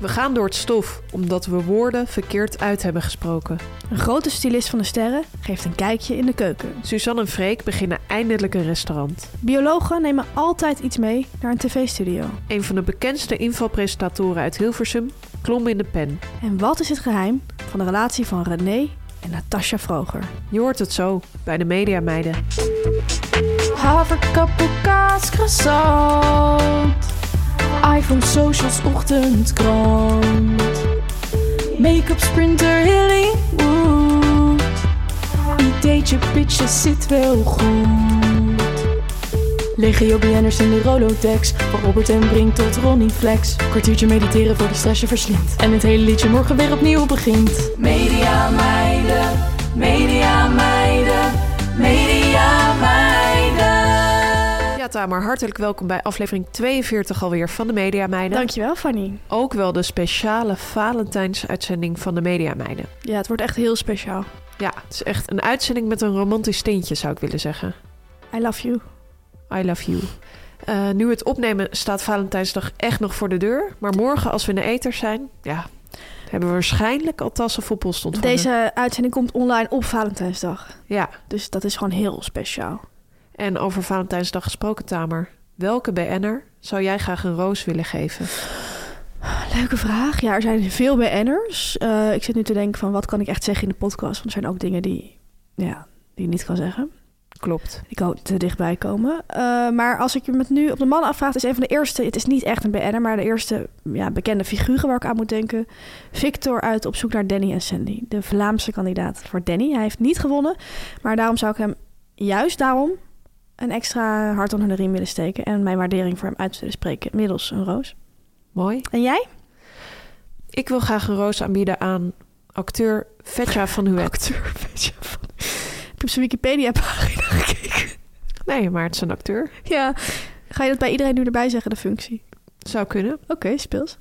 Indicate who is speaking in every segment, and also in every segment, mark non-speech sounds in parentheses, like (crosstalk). Speaker 1: We gaan door het stof omdat we woorden verkeerd uit hebben gesproken.
Speaker 2: Een grote stylist van de sterren geeft een kijkje in de keuken.
Speaker 1: Suzanne en Freek beginnen eindelijk een restaurant.
Speaker 2: Biologen nemen altijd iets mee naar een tv-studio.
Speaker 1: Een van de bekendste invalpresentatoren uit Hilversum klom in de pen.
Speaker 2: En wat is het geheim van de relatie van René en Natasha Vroger?
Speaker 1: Je hoort het zo bij de Mediameiden.
Speaker 3: Haverkappel, kaas, croissant. iPhone, socials, ochtendkrant. Make-up, sprinter, Hollywood. Ideetje, pitje, zit wel goed. Legio BN'ers in de Rolodex. Van Robert en Brink tot Ronnie Flex. Kwartiertje mediteren voor de stress je verslindt. En het hele liedje morgen weer opnieuw begint. Media meiden, media meiden, media meiden.
Speaker 1: Ja Tamer, hartelijk welkom bij aflevering 42 alweer van de Mediameiden.
Speaker 2: Dankjewel, Fanny.
Speaker 1: Ook wel de speciale Valentijnsuitzending van de Mediameiden.
Speaker 2: Ja, het wordt echt heel speciaal.
Speaker 1: Ja, het is echt een uitzending met een romantisch tintje zou ik willen zeggen.
Speaker 2: I love you.
Speaker 1: I love you. Eh, nu het opnemen staat Valentijnsdag echt nog voor de deur. Maar morgen, als we in de eter zijn, ja, hebben we waarschijnlijk al tassen vol post ontvangen.
Speaker 2: Deze uitzending komt online op Valentijnsdag.
Speaker 1: Ja,
Speaker 2: Dus dat is gewoon heel speciaal.
Speaker 1: en over Valentijnsdag gesproken, Tamer. Welke BN'er zou jij graag een roos willen geven?
Speaker 2: Leuke vraag. Ja, er zijn veel BN'ers. Eh ik zit nu te denken van wat kan ik echt zeggen in de podcast? Want er zijn ook dingen die, ja, die je niet kan zeggen.
Speaker 1: Klopt.
Speaker 2: Ik hoop te dichtbij komen. Eh, maar als ik je met nu op de mannen afvraag, is een van de eerste. Het is niet echt een BN'er, maar de eerste ja, bekende figuren waar ik aan moet denken. Victor uit Op zoek naar Danny en Sandy. De Vlaamse kandidaat voor Danny. Hij heeft niet gewonnen. Maar daarom zou ik hem juist daarom een extra hart onder de riem willen steken. En mijn waardering voor hem uit willen spreken. Middels een roos.
Speaker 1: Mooi.
Speaker 2: En jij?
Speaker 1: Ik wil graag een roos aanbieden aan acteur Vetja van Huet.
Speaker 2: Acteur, weet je van. Ik heb zijn Wikipedia-pagina (laughs) gekeken.
Speaker 1: Nee, maar het is een acteur.
Speaker 2: Ja. Ga je dat bij iedereen nu erbij zeggen, de functie?
Speaker 1: Zou kunnen.
Speaker 2: Oké, speels.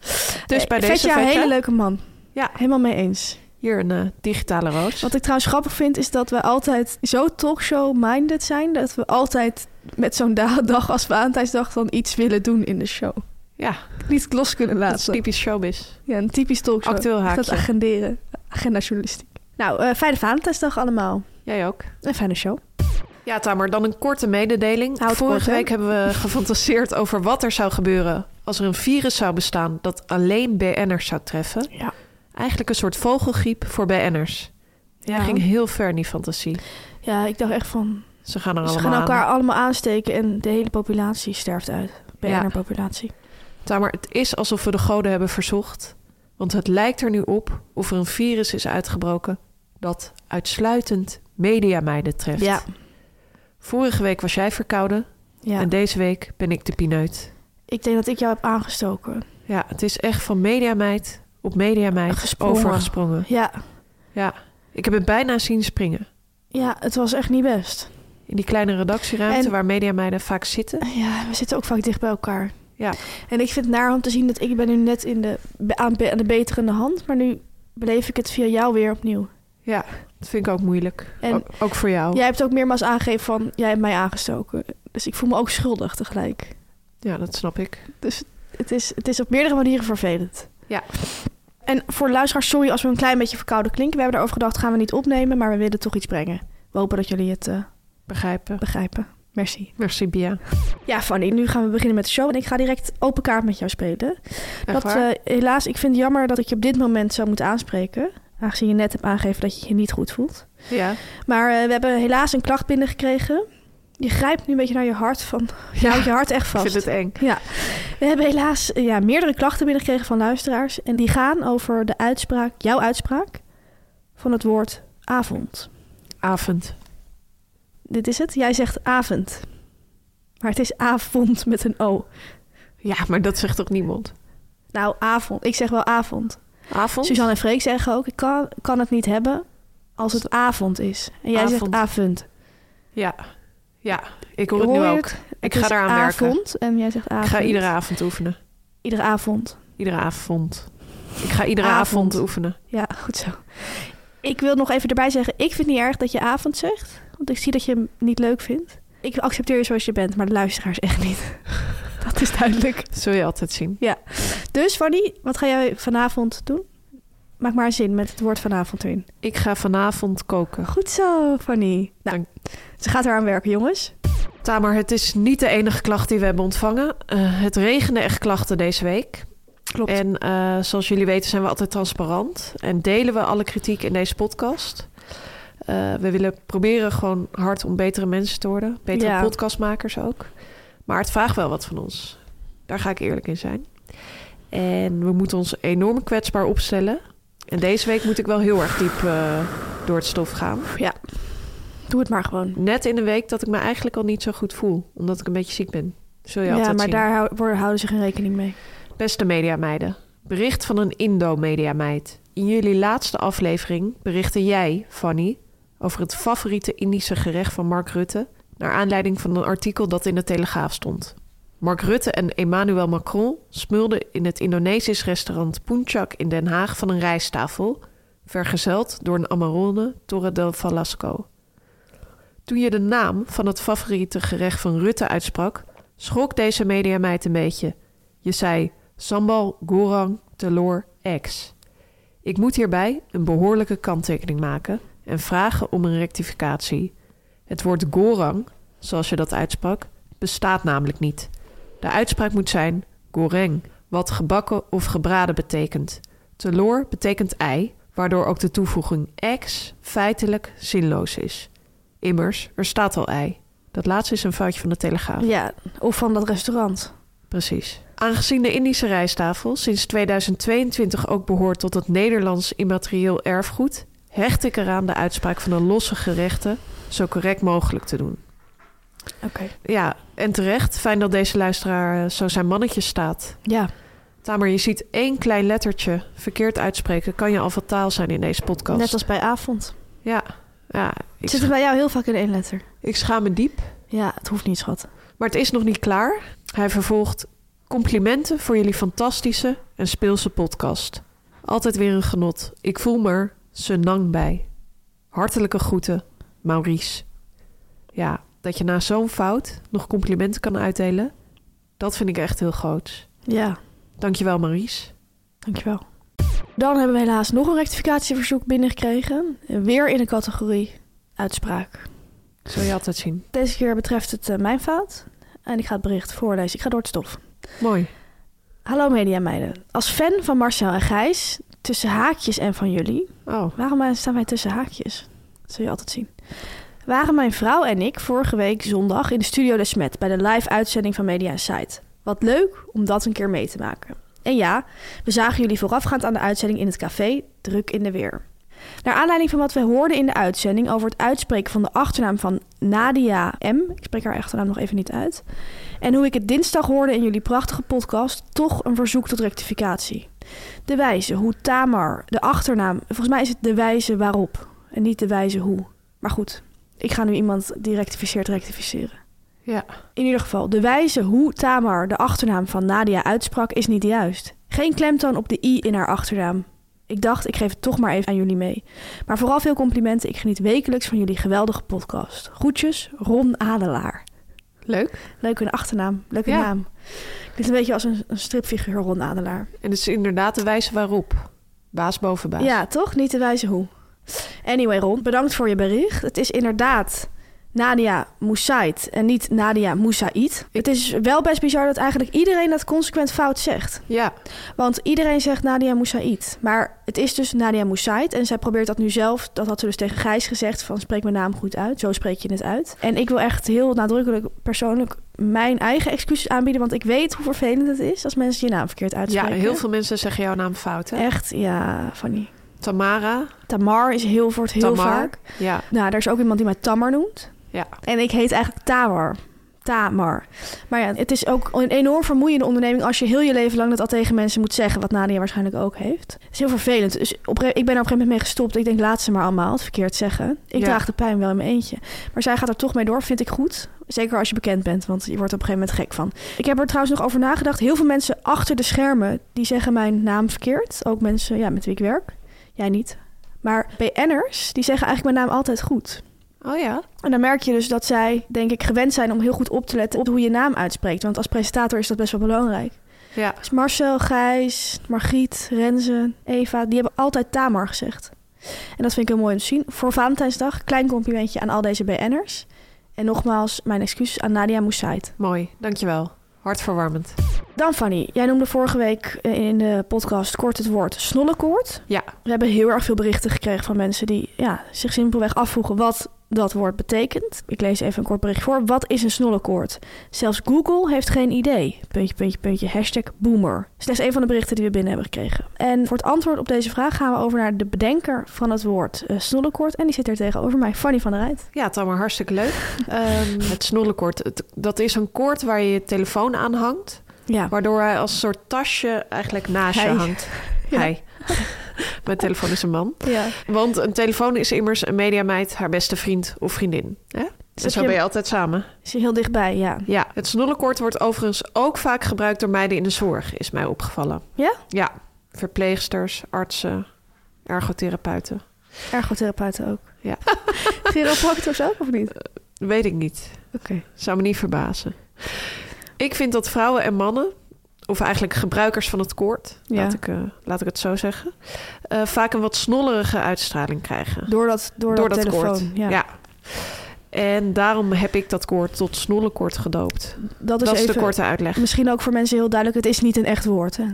Speaker 1: Dus
Speaker 2: Eh,
Speaker 1: bij deze
Speaker 2: Vetja, een
Speaker 1: Vetja,
Speaker 2: hele leuke man.
Speaker 1: Ja.
Speaker 2: Helemaal mee eens.
Speaker 1: hier een eh, digitale roos.
Speaker 2: Wat ik trouwens grappig vind, is dat we altijd zo talkshow-minded zijn... dat we altijd met zo'n da- (laughs) dag als Valentijnsdag dan iets willen doen in de show.
Speaker 1: Ja,
Speaker 2: Niet los kunnen
Speaker 1: dat is
Speaker 2: laten.
Speaker 1: typisch showbiz.
Speaker 2: Ja, een typisch talkshow.
Speaker 1: Actueel
Speaker 2: Echt Dat
Speaker 1: haakje.
Speaker 2: agenderen. Agenda-journalistiek. Nou, eh, fijne Valentijnsdag allemaal.
Speaker 1: Jij ook.
Speaker 2: En fijne show.
Speaker 1: Ja, Tamer, dan een korte mededeling.
Speaker 2: Houd het
Speaker 1: Vorige
Speaker 2: kort, hè?
Speaker 1: week hebben
Speaker 2: (laughs)
Speaker 1: we gefantaseerd over wat er zou gebeuren als er een virus zou bestaan dat alleen BN'ers zou treffen.
Speaker 2: Ja.
Speaker 1: Eigenlijk een soort vogelgriep voor BN'ers. Jij
Speaker 2: Ja.
Speaker 1: ging heel ver in die fantasie.
Speaker 2: Ja, ik dacht echt van...
Speaker 1: Ze gaan er
Speaker 2: Ze
Speaker 1: allemaal
Speaker 2: gaan elkaar
Speaker 1: aan.
Speaker 2: allemaal aansteken en de hele populatie sterft uit. BNR-populatie.
Speaker 1: Tamer, het is alsof we de goden hebben verzocht. Want het lijkt er nu op of er een virus is uitgebroken dat uitsluitend mediameiden treft.
Speaker 2: Ja.
Speaker 1: Vorige week was jij verkouden
Speaker 2: Ja.
Speaker 1: en deze week ben ik de pineut.
Speaker 2: Ik denk dat ik jou heb aangestoken.
Speaker 1: Ja, het is echt van mediameid op mediameid
Speaker 2: Gesprongen.
Speaker 1: overgesprongen.
Speaker 2: Ja.
Speaker 1: Ja, ik heb het bijna zien springen.
Speaker 2: Ja, het was echt niet best.
Speaker 1: In die kleine redactieruimte
Speaker 2: En-
Speaker 1: waar mediameiden vaak zitten.
Speaker 2: Ja, we zitten ook vaak dicht bij elkaar.
Speaker 1: Ja.
Speaker 2: En ik vind het naar om te zien dat ik ben nu net in de, aan, aan de beterende hand, maar nu beleef ik het via jou weer opnieuw.
Speaker 1: Oh. Ja, dat vind ik ook moeilijk.
Speaker 2: En-
Speaker 1: ook, ook voor jou.
Speaker 2: Jij hebt ook meermaals aangegeven van, jij hebt mij aangestoken. Dus ik voel me ook schuldig tegelijk.
Speaker 1: Ja, dat snap ik.
Speaker 2: Het is, het is op meerdere manieren vervelend.
Speaker 1: Ja.
Speaker 2: En voor de luisteraars, sorry als we een klein beetje verkouden klinken. We hebben erover gedacht, gaan we niet opnemen, maar we willen toch iets brengen. We hopen dat jullie het eh,
Speaker 1: Begrijpen.
Speaker 2: begrijpen. Merci.
Speaker 1: Merci, Bia.
Speaker 2: Ja, Fanny, nu gaan we beginnen met de show. En ik ga direct open kaart met jou spelen.
Speaker 1: Echt
Speaker 2: Dat,
Speaker 1: waar?
Speaker 2: eh, helaas, ik vind het jammer dat ik je op dit moment zou moeten aanspreken. Aangezien je net hebt aangegeven dat je je niet goed voelt.
Speaker 1: ja.
Speaker 2: Maar eh, we hebben helaas een klacht binnengekregen. Je grijpt nu een beetje naar je hart. Van, je houdt je hart echt
Speaker 1: (laughs) ik
Speaker 2: vast.
Speaker 1: vind het eng.
Speaker 2: Ja, we hebben helaas eh, ja, meerdere klachten binnengekregen van luisteraars. En die gaan over de uitspraak, jouw uitspraak, van het woord avond.
Speaker 1: Avond.
Speaker 2: Dit is het. Jij zegt avond. Maar het is avond met een O.
Speaker 1: Ja, maar dat zegt toch niemand?
Speaker 2: Nou, avond. Ik zeg wel avond.
Speaker 1: Avond?
Speaker 2: Suzanne en Freek zeggen ook, ik kan, kan het niet hebben als het avond is. En jij zegt
Speaker 1: Avond.
Speaker 2: avond.
Speaker 1: Ja. Ja, ik hoor het
Speaker 2: Hoor
Speaker 1: nu
Speaker 2: je
Speaker 1: ook.
Speaker 2: het?
Speaker 1: Ik
Speaker 2: Het
Speaker 1: ga
Speaker 2: is
Speaker 1: eraan werken.
Speaker 2: avond en jij zegt avond.
Speaker 1: Ik ga iedere avond oefenen.
Speaker 2: Iedere avond.
Speaker 1: Iedere avond. Ik ga iedere
Speaker 2: Avond.
Speaker 1: avond, oefenen.
Speaker 2: Ja, goed zo. Ik wil nog even erbij zeggen, ik vind het niet erg dat je avond zegt. Want ik zie dat je hem niet leuk vindt. Ik accepteer je zoals je bent, maar de luisteraars echt niet. (laughs) Dat is duidelijk.
Speaker 1: Dat zul je altijd zien.
Speaker 2: Dus Fanny, wat ga jij vanavond doen? Maak maar een zin met het woord vanavond erin.
Speaker 1: Ik ga vanavond koken.
Speaker 2: Goed zo, Fanny. Nou,
Speaker 1: Dank.
Speaker 2: ze gaat eraan werken, jongens.
Speaker 1: Tamer, het is niet de enige klacht die we hebben ontvangen. Eh, het regende echt klachten deze week.
Speaker 2: Klopt.
Speaker 1: En eh, zoals jullie weten zijn we altijd transparant. En delen we alle kritiek in deze podcast. Eh, we willen proberen gewoon hard om betere mensen te worden. Betere
Speaker 2: Ja.
Speaker 1: podcastmakers ook. Maar het vraagt wel wat van ons. Daar ga ik eerlijk in zijn. En we moeten ons enorm kwetsbaar opstellen. En deze week moet ik wel heel erg diep eh, door het stof gaan.
Speaker 2: Ja, doe het maar gewoon.
Speaker 1: Net in de week dat ik me eigenlijk al niet zo goed voel. Omdat ik een beetje ziek ben. Zul je
Speaker 2: Ja,
Speaker 1: altijd
Speaker 2: maar
Speaker 1: zien.
Speaker 2: daar hou- worden- houden ze geen rekening mee.
Speaker 1: Beste mediameiden, bericht van een Indo-mediameid. In jullie laatste aflevering berichtte jij, Fanny, over het favoriete Indische gerecht van Mark Rutte... naar aanleiding van een artikel dat in de Telegraaf stond. Mark Rutte en Emmanuel Macron smulden in het Indonesisch restaurant Puncak in Den Haag van een rijsttafel... vergezeld door een Amarone Torre del Vallasco. Toen je de naam van het favoriete gerecht van Rutte uitsprak, schrok deze mediameid een beetje. Je zei sambal, gorang, teloor, ex. Ik moet hierbij een behoorlijke kanttekening maken en vragen om een rectificatie. Het woord gorang, zoals je dat uitsprak, bestaat namelijk niet. De uitspraak moet zijn goreng, wat gebakken of gebraden betekent. Teloor betekent ei, waardoor ook de toevoeging ex feitelijk zinloos is. Immers, er staat al ei. Dat laatste is een foutje van de Telegraaf.
Speaker 2: Ja, of van dat restaurant.
Speaker 1: Precies. Aangezien de Indische rijsttafel sinds 2022 ook behoort tot het Nederlands immaterieel erfgoed, hecht ik eraan de uitspraak van de losse gerechten zo correct mogelijk te doen.
Speaker 2: Oké.
Speaker 1: Ja, en terecht, fijn dat deze luisteraar eh, zo zijn mannetje staat.
Speaker 2: Ja,
Speaker 1: Tamer, je ziet één klein lettertje verkeerd uitspreken, kan je al fataal zijn in deze podcast.
Speaker 2: net als bij avond.
Speaker 1: Ja, ja ik,
Speaker 2: Het zit er bij jou heel vaak in één letter.
Speaker 1: ik schaam me diep.
Speaker 2: Ja, het hoeft niet, schat.
Speaker 1: Maar het is nog niet klaar. Hij vervolgt: Complimenten voor jullie fantastische en speelse podcast. Altijd weer een genot. Ik voel me er senang bij. Hartelijke groeten, Maurice. Ja, dat je na zo'n fout nog complimenten kan uitdelen, dat vind ik echt heel groot.
Speaker 2: Ja,
Speaker 1: Dankjewel, Maurice.
Speaker 2: dankjewel. Dan hebben we helaas nog een rectificatieverzoek binnengekregen. Weer in de categorie uitspraak.
Speaker 1: Zul je altijd zien.
Speaker 2: Deze keer betreft het eh, mijn fout. En ik ga het bericht voorlezen. Ik ga door het stof.
Speaker 1: Mooi.
Speaker 2: Hallo media meiden. Als fan van Marcel en Gijs, tussen haakjes en van jullie,
Speaker 1: Oh,
Speaker 2: Waarom eh, staan wij tussen haakjes? Dat zul je altijd zien. Waren mijn vrouw en ik vorige week zondag in de Studio de Smet bij de live uitzending van Media Insight. Wat leuk om dat een keer mee te maken. En ja, we zagen jullie voorafgaand aan de uitzending in het café, druk in de weer. Naar aanleiding van wat we hoorden in de uitzending over het uitspreken van de achternaam van Nadia M. Ik spreek haar achternaam nog even niet uit. En hoe ik het dinsdag hoorde in jullie prachtige podcast, toch een verzoek tot rectificatie. De wijze hoe Tamar, de achternaam, volgens mij is het de wijze waarop en niet de wijze hoe. Maar goed, ik ga nu iemand die rectificeert rectificeren.
Speaker 1: ja.
Speaker 2: In ieder geval, de wijze hoe Tamar de achternaam van Nadia uitsprak is niet juist. Geen klemtoon op de i in haar achternaam. Ik dacht, ik geef het toch maar even aan jullie mee. Maar vooral veel complimenten. Ik geniet wekelijks van jullie geweldige podcast. Groetjes, Ron Adelaar.
Speaker 1: Leuk.
Speaker 2: Leuke achternaam, leuke
Speaker 1: Ja.
Speaker 2: naam. Klinkt een beetje als een, een stripfiguur, Ron Adelaar.
Speaker 1: En het is inderdaad de wijze waarop. Baas boven baas.
Speaker 2: Ja, toch? Niet te wijzen hoe. Anyway, Ron, bedankt voor je bericht. Het is inderdaad Nadia Moussaid en niet Nadia Moussaid. Het is wel best bizar dat eigenlijk iedereen dat consequent fout zegt.
Speaker 1: Ja,
Speaker 2: Want iedereen zegt Nadia Moussaid. Maar het is dus Nadia Moussaid. En zij probeert dat nu zelf. Dat had ze dus tegen Gijs gezegd. Van spreek mijn naam goed uit. Zo spreek je het uit. En ik wil echt heel nadrukkelijk persoonlijk mijn eigen excuses aanbieden. Want ik weet hoe vervelend het is als mensen je naam verkeerd
Speaker 1: ja
Speaker 2: uitspreken.
Speaker 1: heel veel mensen zeggen jouw naam fout. Hè?
Speaker 2: Echt, ja, Fanny.
Speaker 1: Tamara,
Speaker 2: Tamar is heel voor het heel
Speaker 1: Tamar.
Speaker 2: vaak.
Speaker 1: Ja,
Speaker 2: Nou, er is ook iemand die mij Tamar noemt.
Speaker 1: ja.
Speaker 2: En ik heet eigenlijk Tamar. Tamar. Maar ja, het is ook een enorm vermoeiende onderneming als je heel je leven lang dat al tegen mensen moet zeggen, wat Nadia waarschijnlijk ook heeft. Het is heel vervelend. Dus op, een gege- ik ben er op een gegeven moment mee gestopt. Ik denk, laat ze maar allemaal het verkeerd zeggen. Ik
Speaker 1: Ja.
Speaker 2: draag de pijn wel in mijn eentje. Maar zij gaat er toch mee door, vind ik goed. Zeker als je bekend bent, want je wordt er op een gegeven moment gek van. Ik heb er trouwens nog over nagedacht. Heel veel mensen achter de schermen, die zeggen mijn naam verkeerd. Ook mensen ja, met wie ik werk. Jij niet. Maar BN'ers, die zeggen eigenlijk mijn naam altijd goed.
Speaker 1: Oh ja.
Speaker 2: En dan merk je dus dat zij, denk ik, gewend zijn om heel goed op te letten op hoe je naam uitspreekt. Want als presentator is dat best wel belangrijk.
Speaker 1: Ja,
Speaker 2: Dus Marcel, Gijs, Margriet, Renze, Eva, die hebben altijd Tamar gezegd. En dat vind ik heel mooi om te zien. Voor Valentijnsdag, klein complimentje aan al deze BN'ers. En nogmaals, mijn excuses aan Nadia Moussaid.
Speaker 1: mooi. Dankjewel. Hartverwarmend.
Speaker 2: Dan Fanny, jij noemde vorige week eh, in de podcast kort het woord snollekoord.
Speaker 1: Ja,
Speaker 2: We hebben heel erg veel berichten gekregen van mensen die ja, zich simpelweg afvroegen wat dat woord betekent. Ik lees even een kort bericht voor. Wat is een snollekoord? Zelfs Google heeft geen idee. Puntje, puntje, puntje. Hashtag boomer. Slechts een van de berichten die we binnen hebben gekregen. En voor het antwoord op deze vraag gaan we over naar de bedenker van het woord eh snollekoord. En die zit er tegenover mij, Fanny van der Rijt.
Speaker 1: Ja, het allemaal hartstikke (laughs) leuk. Ehm, het snollekort, het- dat is een koord waar je je telefoon aan hangt.
Speaker 2: Ja,
Speaker 1: Waardoor hij als soort tasje eigenlijk naast je
Speaker 2: Hij.
Speaker 1: hangt.
Speaker 2: Ja.
Speaker 1: Hij. (laughs) Mijn telefoon is een man.
Speaker 2: ja.
Speaker 1: Want een telefoon is immers een mediameid, haar beste vriend of vriendin. Hè?
Speaker 2: Dus
Speaker 1: En zo
Speaker 2: heb je-
Speaker 1: ben je altijd samen.
Speaker 2: is heel dichtbij, ja.
Speaker 1: Ja, het snollekort wordt overigens ook vaak gebruikt door meiden in de zorg, is mij opgevallen.
Speaker 2: Ja?
Speaker 1: Ja, verpleegsters, artsen, ergotherapeuten.
Speaker 2: Ergotherapeuten ook. (laughs)
Speaker 1: Ja. Eh.
Speaker 2: Chiropractors ook, of niet? Oké.
Speaker 1: Weet ik niet. Zou me niet verbazen. Ik vind dat vrouwen en mannen, of eigenlijk gebruikers van het koord,
Speaker 2: Ja.
Speaker 1: laat, ik, eh, laat ik het zo zeggen, eh, vaak een wat snollerige uitstraling krijgen.
Speaker 2: Door dat, door dat, telefoon.
Speaker 1: koord. Ja. En daarom heb ik dat koord tot snollenkoord gedoopt.
Speaker 2: Dat is
Speaker 1: Dat is
Speaker 2: even...
Speaker 1: de korte uitleg.
Speaker 2: Misschien ook voor mensen heel duidelijk, het is niet een echt woord. Hè?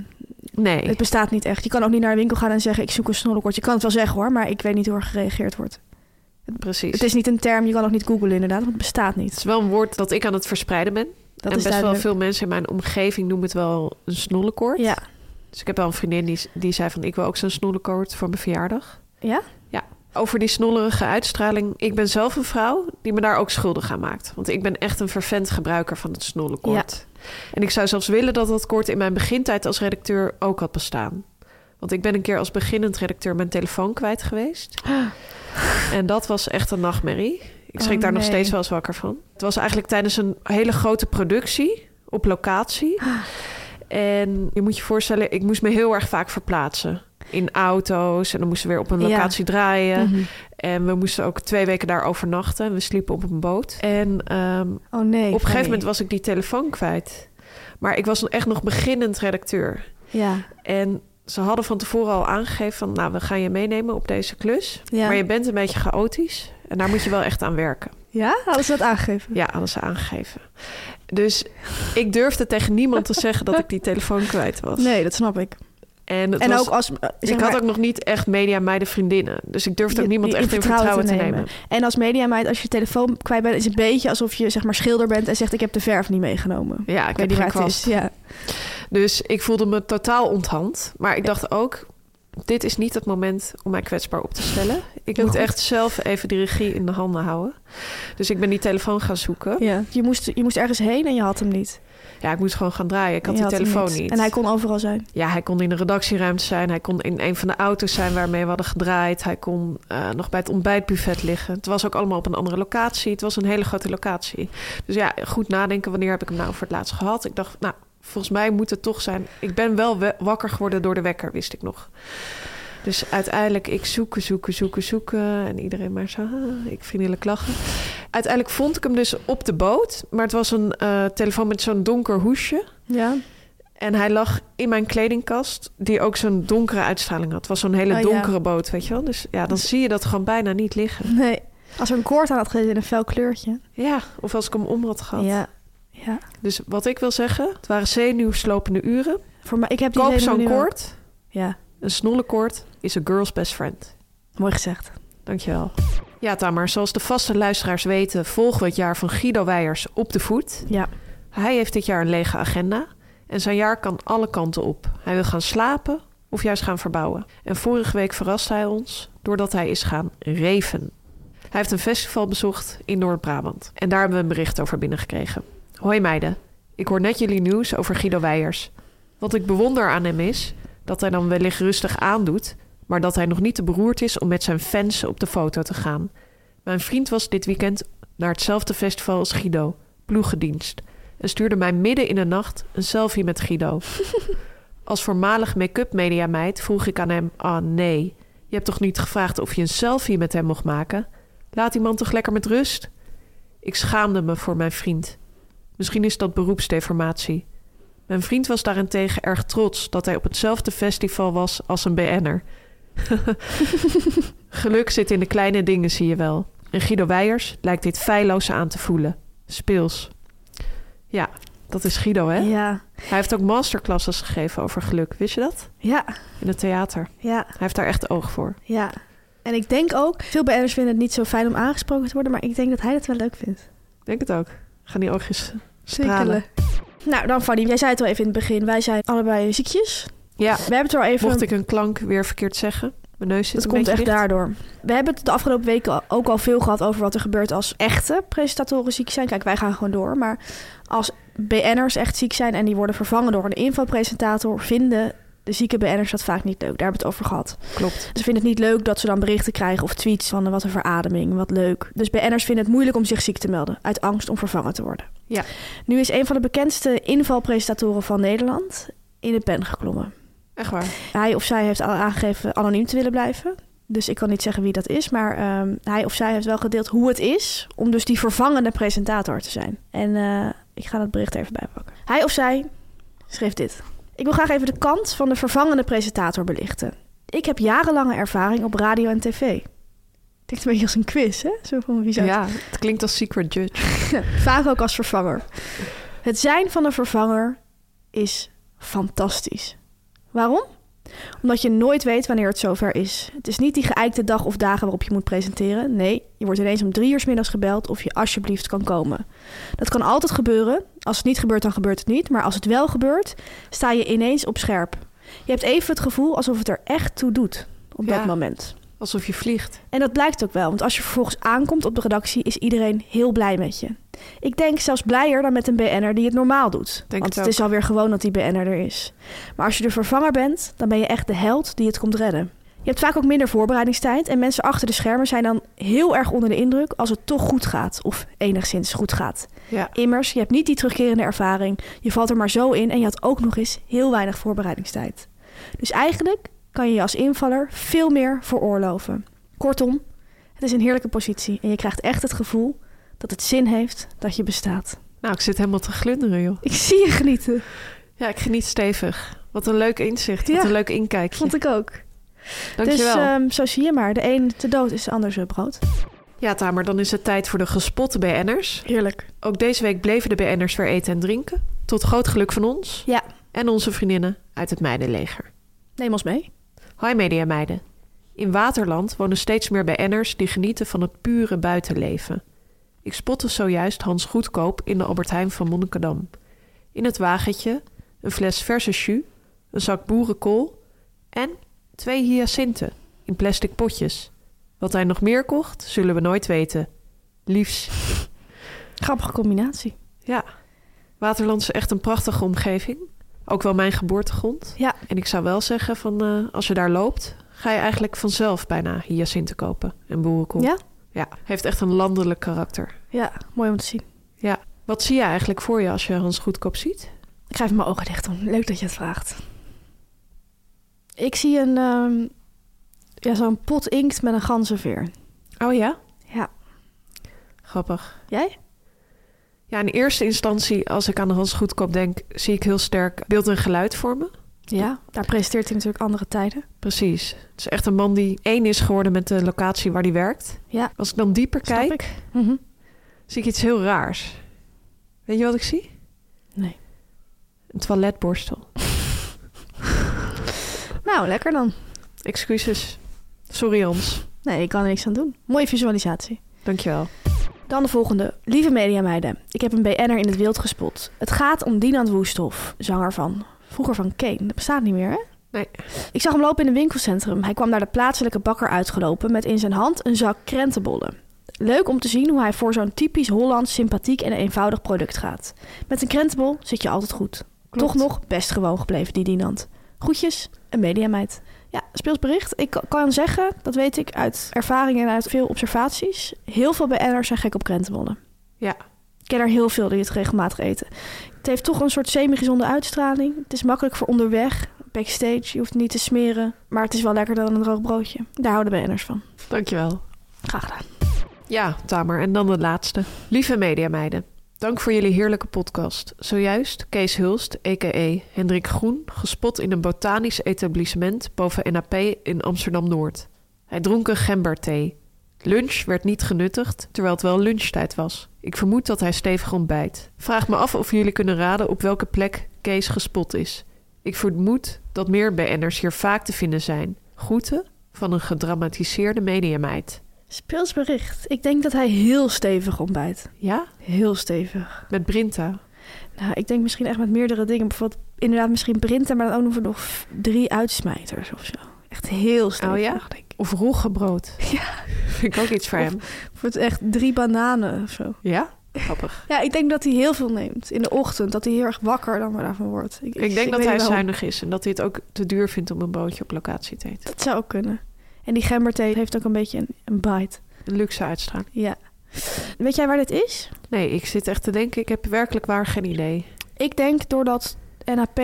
Speaker 1: Nee.
Speaker 2: Het bestaat niet echt. Je kan ook niet naar de winkel gaan en zeggen, ik zoek een snorrekord. Je kan het wel zeggen hoor, maar ik weet niet hoe er gereageerd wordt.
Speaker 1: Precies.
Speaker 2: Het is niet een term, je kan ook niet googlen inderdaad, want het bestaat niet.
Speaker 1: wel een woord dat ik aan het verspreiden ben.
Speaker 2: Dat
Speaker 1: en
Speaker 2: is
Speaker 1: best
Speaker 2: duidelijk.
Speaker 1: wel veel mensen in mijn omgeving noemen het wel een snollenkoord.
Speaker 2: Ja.
Speaker 1: Dus ik heb wel een vriendin die, die zei van ik wil ook zo'n snollenkoord voor mijn verjaardag.
Speaker 2: Ja?
Speaker 1: Over die snollerige uitstraling. Ik ben zelf een vrouw die me daar ook schuldig aan maakt. Want ik ben echt een vervent gebruiker van het snollenkoord. En ik zou zelfs willen dat dat koord in mijn begintijd als redacteur ook had bestaan. Want ik ben een keer als beginnend redacteur mijn telefoon kwijt geweest. En dat was echt een nachtmerrie. Ik schrik
Speaker 2: Ah. Oh,
Speaker 1: daar nog
Speaker 2: nee.
Speaker 1: steeds wel eens wakker van. Het was eigenlijk tijdens een hele grote productie op locatie. En je moet je voorstellen, ik moest me heel erg vaak verplaatsen. In auto's en dan moesten we weer op een
Speaker 2: Ja.
Speaker 1: locatie draaien.
Speaker 2: Mhm.
Speaker 1: En we moesten ook twee weken daar overnachten. We sliepen op een boot. En ehm,
Speaker 2: Oh nee.
Speaker 1: op een gegeven
Speaker 2: Fanny.
Speaker 1: moment was ik die telefoon kwijt. Maar ik was echt nog beginnend redacteur.
Speaker 2: Ja.
Speaker 1: En ze hadden van tevoren al aangegeven van... nou, we gaan je meenemen op deze klus.
Speaker 2: Ja.
Speaker 1: Maar je bent een beetje chaotisch. En daar moet je wel echt aan werken.
Speaker 2: Ja? Hadden ze dat aangegeven?
Speaker 1: Ja, hadden ze aangegeven. Dus ik durfde tegen niemand te zeggen dat ik die telefoon kwijt was.
Speaker 2: Nee, dat snap ik.
Speaker 1: En, eh, het
Speaker 2: en
Speaker 1: was,
Speaker 2: ook als...
Speaker 1: ik had ook nog niet echt media meiden vriendinnen. Dus ik durfde ook niemand echt in vertrouwen te nemen.
Speaker 2: En als mediameid, als je telefoon kwijt bent, is het een beetje alsof je zeg maar schilder bent en zegt ik heb de verf niet meegenomen.
Speaker 1: Ja, ik
Speaker 2: Ik
Speaker 1: weet niet
Speaker 2: waar
Speaker 1: waar
Speaker 2: het
Speaker 1: ik
Speaker 2: is.
Speaker 1: was.
Speaker 2: Ja.
Speaker 1: Dus ik voelde me totaal onthand. Maar ik dacht ook, dit is niet het moment om mij kwetsbaar op te stellen. Ik
Speaker 2: Heel
Speaker 1: moet
Speaker 2: goed.
Speaker 1: echt zelf even die regie in de handen houden. Dus ik ben die telefoon gaan zoeken. Ja,
Speaker 2: Ja. Je, moest, je moest ergens heen en je had hem niet.
Speaker 1: ik moest gewoon gaan draaien. Ik had
Speaker 2: Je
Speaker 1: die
Speaker 2: hem
Speaker 1: telefoon niet.
Speaker 2: En hij kon overal zijn.
Speaker 1: Ja, hij kon in de redactieruimte zijn. Hij kon in een van de auto's zijn waarmee we hadden gedraaid. Hij kon eh, nog bij het ontbijtbuffet liggen. Het was ook allemaal op een andere locatie. Het was een hele grote locatie. Dus ja, goed nadenken. Wanneer heb ik hem nou voor het laatst gehad? Ik dacht, nou, volgens mij moet het toch zijn. Ik ben wel we- wakker geworden door de wekker, wist ik nog. Dus uiteindelijk, ik zoeken, zoeken, zoeken, zoeken. En iedereen maar zo, ah, ik vriendelijk lachen. Uiteindelijk vond ik hem dus op de boot. Maar het was een eh, telefoon met zo'n donker hoesje.
Speaker 2: Ja.
Speaker 1: En hij lag in mijn kledingkast, die ook zo'n donkere uitstraling had. Het was zo'n hele
Speaker 2: Oh, ja. Dus-
Speaker 1: donkere boot, weet je wel. Dus ja, dan zie je dat gewoon bijna niet liggen.
Speaker 2: Nee. Als er een koord aan had gezeten in een fel kleurtje.
Speaker 1: Ja, of als ik hem om had gehad.
Speaker 2: Ja. ja.
Speaker 1: Dus wat ik wil zeggen, het waren zenuwslopende uren.
Speaker 2: Voor mij, ik heb die
Speaker 1: Koop
Speaker 2: zenuwen
Speaker 1: zo'n
Speaker 2: nu ook.
Speaker 1: koord.
Speaker 2: Ja,
Speaker 1: Een snollenkoord is a girl's best friend.
Speaker 2: mooi gezegd.
Speaker 1: Dankjewel. Ja, Tamar, zoals de vaste luisteraars weten, volgen we het jaar van Guido Weijers op de voet.
Speaker 2: Ja.
Speaker 1: Hij heeft dit jaar een lege agenda en zijn jaar kan alle kanten op. Hij wil gaan slapen of juist gaan verbouwen. En vorige week verrast hij ons doordat hij is gaan reven. Hij heeft een festival bezocht in Noord-Brabant en daar hebben we een bericht over binnengekregen. Hoi meiden, ik hoor net jullie nieuws over Guido Weijers. Wat ik bewonder aan hem is dat hij dan wellicht rustig aandoet, maar dat hij nog niet te beroerd is om met zijn fans op de foto te gaan. Mijn vriend was dit weekend naar hetzelfde festival als Guido, ploegendienst, en stuurde mij midden in de nacht een selfie met Guido. Als voormalig make-up media meid vroeg ik aan hem: Ah nee, je hebt toch niet gevraagd of je een selfie met hem mocht maken? Laat die man toch lekker met rust? Ik schaamde me voor mijn vriend. Misschien is dat beroepsdeformatie. Mijn vriend was daarentegen erg trots dat hij op hetzelfde festival was als een BN'er. (laughs) Geluk zit in de kleine dingen, zie je wel. En Guido Weijers lijkt dit feilloos aan te voelen. Speels. Ja, dat is Guido, hè?
Speaker 2: Ja.
Speaker 1: Hij heeft ook masterclasses gegeven over geluk. Wist je dat?
Speaker 2: Ja.
Speaker 1: In het theater.
Speaker 2: Ja.
Speaker 1: Hij heeft daar echt oog voor.
Speaker 2: Ja. En ik denk ook, veel BN'ers vinden het niet zo fijn om aangesproken te worden, maar ik denk dat hij dat wel leuk vindt.
Speaker 1: Ik Denk het ook. Gaan die oogjes stralen.
Speaker 2: Nou, dan Fanny, jij zei het al even in het begin, wij zijn allebei ziekjes.
Speaker 1: Ja,
Speaker 2: We hebben het er al even...
Speaker 1: mocht ik een klank weer verkeerd zeggen. Mijn neus zit
Speaker 2: dat
Speaker 1: een
Speaker 2: komt echt
Speaker 1: beetje dicht.
Speaker 2: daardoor. We hebben het de afgelopen weken al- ook al veel gehad over wat er gebeurt als echte presentatoren ziek zijn. Kijk, wij gaan gewoon door, maar als BN'ers echt ziek zijn en die worden vervangen door een infopresentator, vinden de zieke BN'ers dat vaak niet leuk. Daar hebben we het over gehad.
Speaker 1: Klopt.
Speaker 2: Ze vinden het niet leuk dat ze dan berichten krijgen of tweets van eh, wat een verademing, wat leuk. Dus BN'ers vinden het moeilijk om zich ziek te melden, uit angst om vervangen te worden.
Speaker 1: Ja.
Speaker 2: Nu is een van de bekendste invalpresentatoren van Nederland in de pen geklommen.
Speaker 1: Echt waar.
Speaker 2: Hij of zij heeft al aangegeven anoniem te willen blijven. Dus ik kan niet zeggen wie dat is, maar ehm, hij of zij heeft wel gedeeld hoe het is om dus die vervangende presentator te zijn. En eh, ik ga dat bericht er even bij pakken. Hij of zij schreef dit. Ik wil graag even de kant van de vervangende presentator belichten. Ik heb jarenlange ervaring op radio en tv. Klinkt een beetje als een quiz, hè? Zo van wie zou het
Speaker 1: Ja, het klinkt als secret judge.
Speaker 2: Vaak ook als vervanger. Het zijn van een vervanger is fantastisch. Waarom? Omdat je nooit weet wanneer het zover is. Het is niet die geëikte dag of dagen waarop je moet presenteren. Nee, je wordt ineens om drie uur 's middags gebeld of je alsjeblieft kan komen. Dat kan altijd gebeuren. Als het niet gebeurt, dan gebeurt het niet. Maar als het wel gebeurt, sta je ineens op scherp. Je hebt even het gevoel alsof het er echt toe doet op
Speaker 1: Ja.
Speaker 2: dat moment.
Speaker 1: Alsof je vliegt.
Speaker 2: En dat blijkt ook wel, want als je vervolgens aankomt op de redactie, is iedereen heel blij met je. Ik denk zelfs blijer dan met een BN'er die het normaal doet.
Speaker 1: Denk
Speaker 2: want
Speaker 1: het
Speaker 2: het is alweer gewoon dat die BN'er er is. Maar als je de vervanger bent, dan ben je echt de held die het komt redden. Je hebt vaak ook minder voorbereidingstijd en mensen achter de schermen zijn dan heel erg onder de indruk als het toch goed gaat, of enigszins goed gaat.
Speaker 1: Ja.
Speaker 2: Immers, je hebt niet die terugkerende ervaring. Je valt er maar zo in en je had ook nog eens heel weinig voorbereidingstijd. Dus eigenlijk kan je je als invaller veel meer veroorloven. Kortom, het is een heerlijke positie en je krijgt echt het gevoel dat het zin heeft dat je bestaat.
Speaker 1: Nou, ik zit helemaal te glunderen, joh.
Speaker 2: Ik zie je genieten.
Speaker 1: Ja, ik geniet stevig. Wat een leuk inzicht. Wat
Speaker 2: Ja.
Speaker 1: een leuk inkijkje.
Speaker 2: Vond ik ook.
Speaker 1: Dankjewel.
Speaker 2: Dus ehm, zo zie je maar. De een te dood is de ander zo brood.
Speaker 1: Ja, Tamer, dan is het tijd voor de gespotte BN'ers.
Speaker 2: Heerlijk.
Speaker 1: Ook deze week bleven de BN'ers weer eten en drinken. Tot groot geluk van ons
Speaker 2: Ja,
Speaker 1: en onze vriendinnen uit het meidenleger.
Speaker 2: neem ons mee.
Speaker 1: Hi media meiden. In Waterland wonen steeds meer BN'ers die genieten van het pure buitenleven. Ik spotte zojuist Hans Goedkoop in de Albert Heijn van Monnikendam. In het wagentje een fles verse jus, een zak boerenkool en twee hyacinten in plastic potjes. Wat hij nog meer kocht, zullen we nooit weten. Liefs.
Speaker 2: Grappige combinatie.
Speaker 1: Ja, Waterland is echt een prachtige omgeving. Ook wel mijn geboortegrond.
Speaker 2: Ja.
Speaker 1: En ik zou wel zeggen, van, eh, als je daar loopt, ga je eigenlijk vanzelf bijna hyacinten kopen en boerenkool.
Speaker 2: Ja?
Speaker 1: ja, heeft echt een landelijk karakter.
Speaker 2: Ja, mooi om te zien.
Speaker 1: Ja. Wat zie je eigenlijk voor je als je Hans Goedkoop ziet?
Speaker 2: Ik ga even mijn ogen dicht doen. Leuk dat je het vraagt. Ik zie een... ehm, ja, zo'n pot inkt met een ganzenveer.
Speaker 1: Oh ja?
Speaker 2: Ja.
Speaker 1: Grappig.
Speaker 2: Jij?
Speaker 1: Ja, in eerste instantie, als ik aan Hans Goedkoop denk, zie ik heel sterk beeld en geluid voor me.
Speaker 2: Ja, daar presenteert hij natuurlijk andere tijden.
Speaker 1: Precies. Het is echt een man die één is geworden met de locatie waar hij werkt.
Speaker 2: Ja,
Speaker 1: Als ik dan dieper
Speaker 2: snap
Speaker 1: kijk,
Speaker 2: ik. Mhm.
Speaker 1: zie ik iets heel raars. Weet je wat ik zie?
Speaker 2: Nee.
Speaker 1: Een toiletborstel.
Speaker 2: Nou, lekker dan.
Speaker 1: Excuses. Sorry ons.
Speaker 2: Nee, ik kan er niks aan doen. Mooie visualisatie.
Speaker 1: Dankjewel.
Speaker 2: Dan de volgende. Lieve mediameiden, ik heb een BN'er in het wild gespot. Het gaat om Dinant Woesthof, zanger van... Vroeger van Kane. Dat bestaat niet meer, hè?
Speaker 1: Nee.
Speaker 2: Ik zag hem lopen in een winkelcentrum. Hij kwam naar de plaatselijke bakker uitgelopen met in zijn hand een zak krentenbollen. Leuk om te zien hoe hij voor zo'n typisch Hollands sympathiek en eenvoudig product gaat. Met een krentenbol zit je altijd goed.
Speaker 1: Klopt.
Speaker 2: Toch nog best gewoon gebleven, die Dinant. Groetjes, een mediameid. Ja, speels bericht. Ik ka- kan zeggen, dat weet ik uit ervaring en uit veel observaties. Heel veel BN'ers zijn gek op krentenbollen.
Speaker 1: Ja.
Speaker 2: Ik ken er heel veel die het regelmatig eten. Het heeft toch een soort semi-gezonde uitstraling. Het is makkelijk voor onderweg, backstage. Je hoeft het niet te smeren. Maar het is wel lekkerder dan een droog broodje. Daar houden BN'ers van.
Speaker 1: Dankjewel.
Speaker 2: Graag gedaan.
Speaker 1: Ja, Tamer. En dan de laatste. Lieve mediameiden. Dank voor jullie heerlijke podcast. Zojuist Kees Hulst, a.k.a. Hendrik Groen, gespot in een botanisch etablissement boven NAP in Amsterdam-Noord. Hij dronk een gemberthee. Lunch werd niet genuttigd, terwijl het wel lunchtijd was. Ik vermoed dat hij stevig ontbijt. Vraag me af of jullie kunnen raden op welke plek Kees gespot is. Ik vermoed dat meer BN'ers hier vaak te vinden zijn. Groeten van een gedramatiseerde mediameid.
Speaker 2: Speels bericht. Ik denk dat hij heel stevig ontbijt.
Speaker 1: Ja?
Speaker 2: Heel stevig.
Speaker 1: Met Brinta.
Speaker 2: Nou, ik denk misschien echt met meerdere dingen. Bijvoorbeeld inderdaad misschien Brinta, maar dan ook nog- nog f- drie uitsmijters of zo. Echt heel stevig.
Speaker 1: Oh ja?
Speaker 2: denk ik.
Speaker 1: Of roggebrood.
Speaker 2: (laughs) Ja.
Speaker 1: Vind ik ook iets voor
Speaker 2: Of-
Speaker 1: hem.
Speaker 2: Of het echt drie bananen of zo.
Speaker 1: Ja? Grappig.
Speaker 2: Ja, ik denk dat hij heel veel neemt in de ochtend. Dat hij heel erg wakker dan maar daarvan wordt.
Speaker 1: Ik denk dat
Speaker 2: weet
Speaker 1: hij
Speaker 2: wel.
Speaker 1: zuinig is en dat hij het ook te duur vindt om een broodje op locatie te eten.
Speaker 2: Dat zou ook kunnen. En die gemberthee heeft ook een beetje een, een bite.
Speaker 1: Een luxe uitstraling.
Speaker 2: Ja. Weet jij waar dit is?
Speaker 1: Nee, ik zit echt te denken, ik heb werkelijk waar geen idee.
Speaker 2: Ik denk doordat NAP,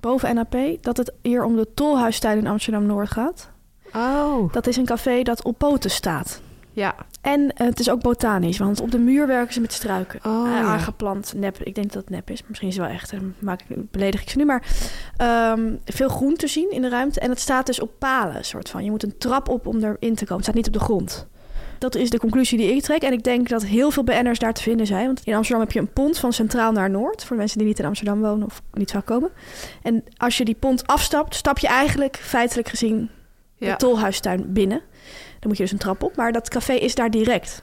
Speaker 2: boven NAP, dat het hier om de Tolhuistuin in Amsterdam-Noord gaat.
Speaker 1: Oh.
Speaker 2: Dat is een café dat op poten staat.
Speaker 1: Ja.
Speaker 2: En eh, het is ook botanisch, want op de muur werken ze met struiken.
Speaker 1: Oh,
Speaker 2: Eh,
Speaker 1: ja.
Speaker 2: Aangeplant, nep. Ik denk dat het nep is. Misschien is het wel echt. Dan maak ik, beledig ik ze nu. Maar ehm, veel groen te zien in de ruimte. En het staat dus op palen, soort van. Je moet een trap op om erin te komen. Het staat niet op de grond. Dat is de conclusie die ik trek. En ik denk dat heel veel BN'ers daar te vinden zijn. Want in Amsterdam heb je een pont van centraal naar noord. Voor de mensen die niet in Amsterdam wonen of niet vaak komen. En als je die pont afstapt, stap je eigenlijk feitelijk gezien
Speaker 1: Ja.
Speaker 2: de tolhuistuin binnen. Dan moet je dus een trap op. Maar dat café is daar direct.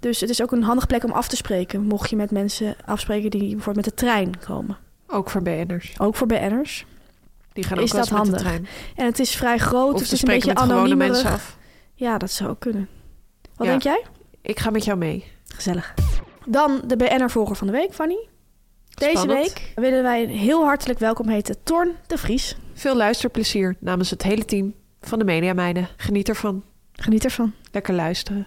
Speaker 2: Dus het is ook een handige plek om af te spreken. Mocht je met mensen afspreken die bijvoorbeeld met de trein komen.
Speaker 1: Ook voor BN'ers.
Speaker 2: Ook voor BN'ers.
Speaker 1: Die gaan
Speaker 2: Is
Speaker 1: ook wel eens
Speaker 2: dat
Speaker 1: met de
Speaker 2: handig?
Speaker 1: trein.
Speaker 2: En het is vrij groot.
Speaker 1: Of
Speaker 2: dus
Speaker 1: ze
Speaker 2: het is een
Speaker 1: spreken
Speaker 2: beetje
Speaker 1: met gewone
Speaker 2: anoniem. eh.
Speaker 1: mensen af.
Speaker 2: Ja, dat zou ook kunnen. Wat
Speaker 1: Ja.
Speaker 2: denk jij?
Speaker 1: Ik ga met jou mee.
Speaker 2: Gezellig. Dan de BN'er-volger van de week, Fanny. Deze
Speaker 1: Spannend.
Speaker 2: week willen wij heel hartelijk welkom heten Torn de Vries.
Speaker 1: Veel luisterplezier namens het hele team van de Media Meiden. Geniet ervan.
Speaker 2: Geniet ervan.
Speaker 1: Lekker luisteren.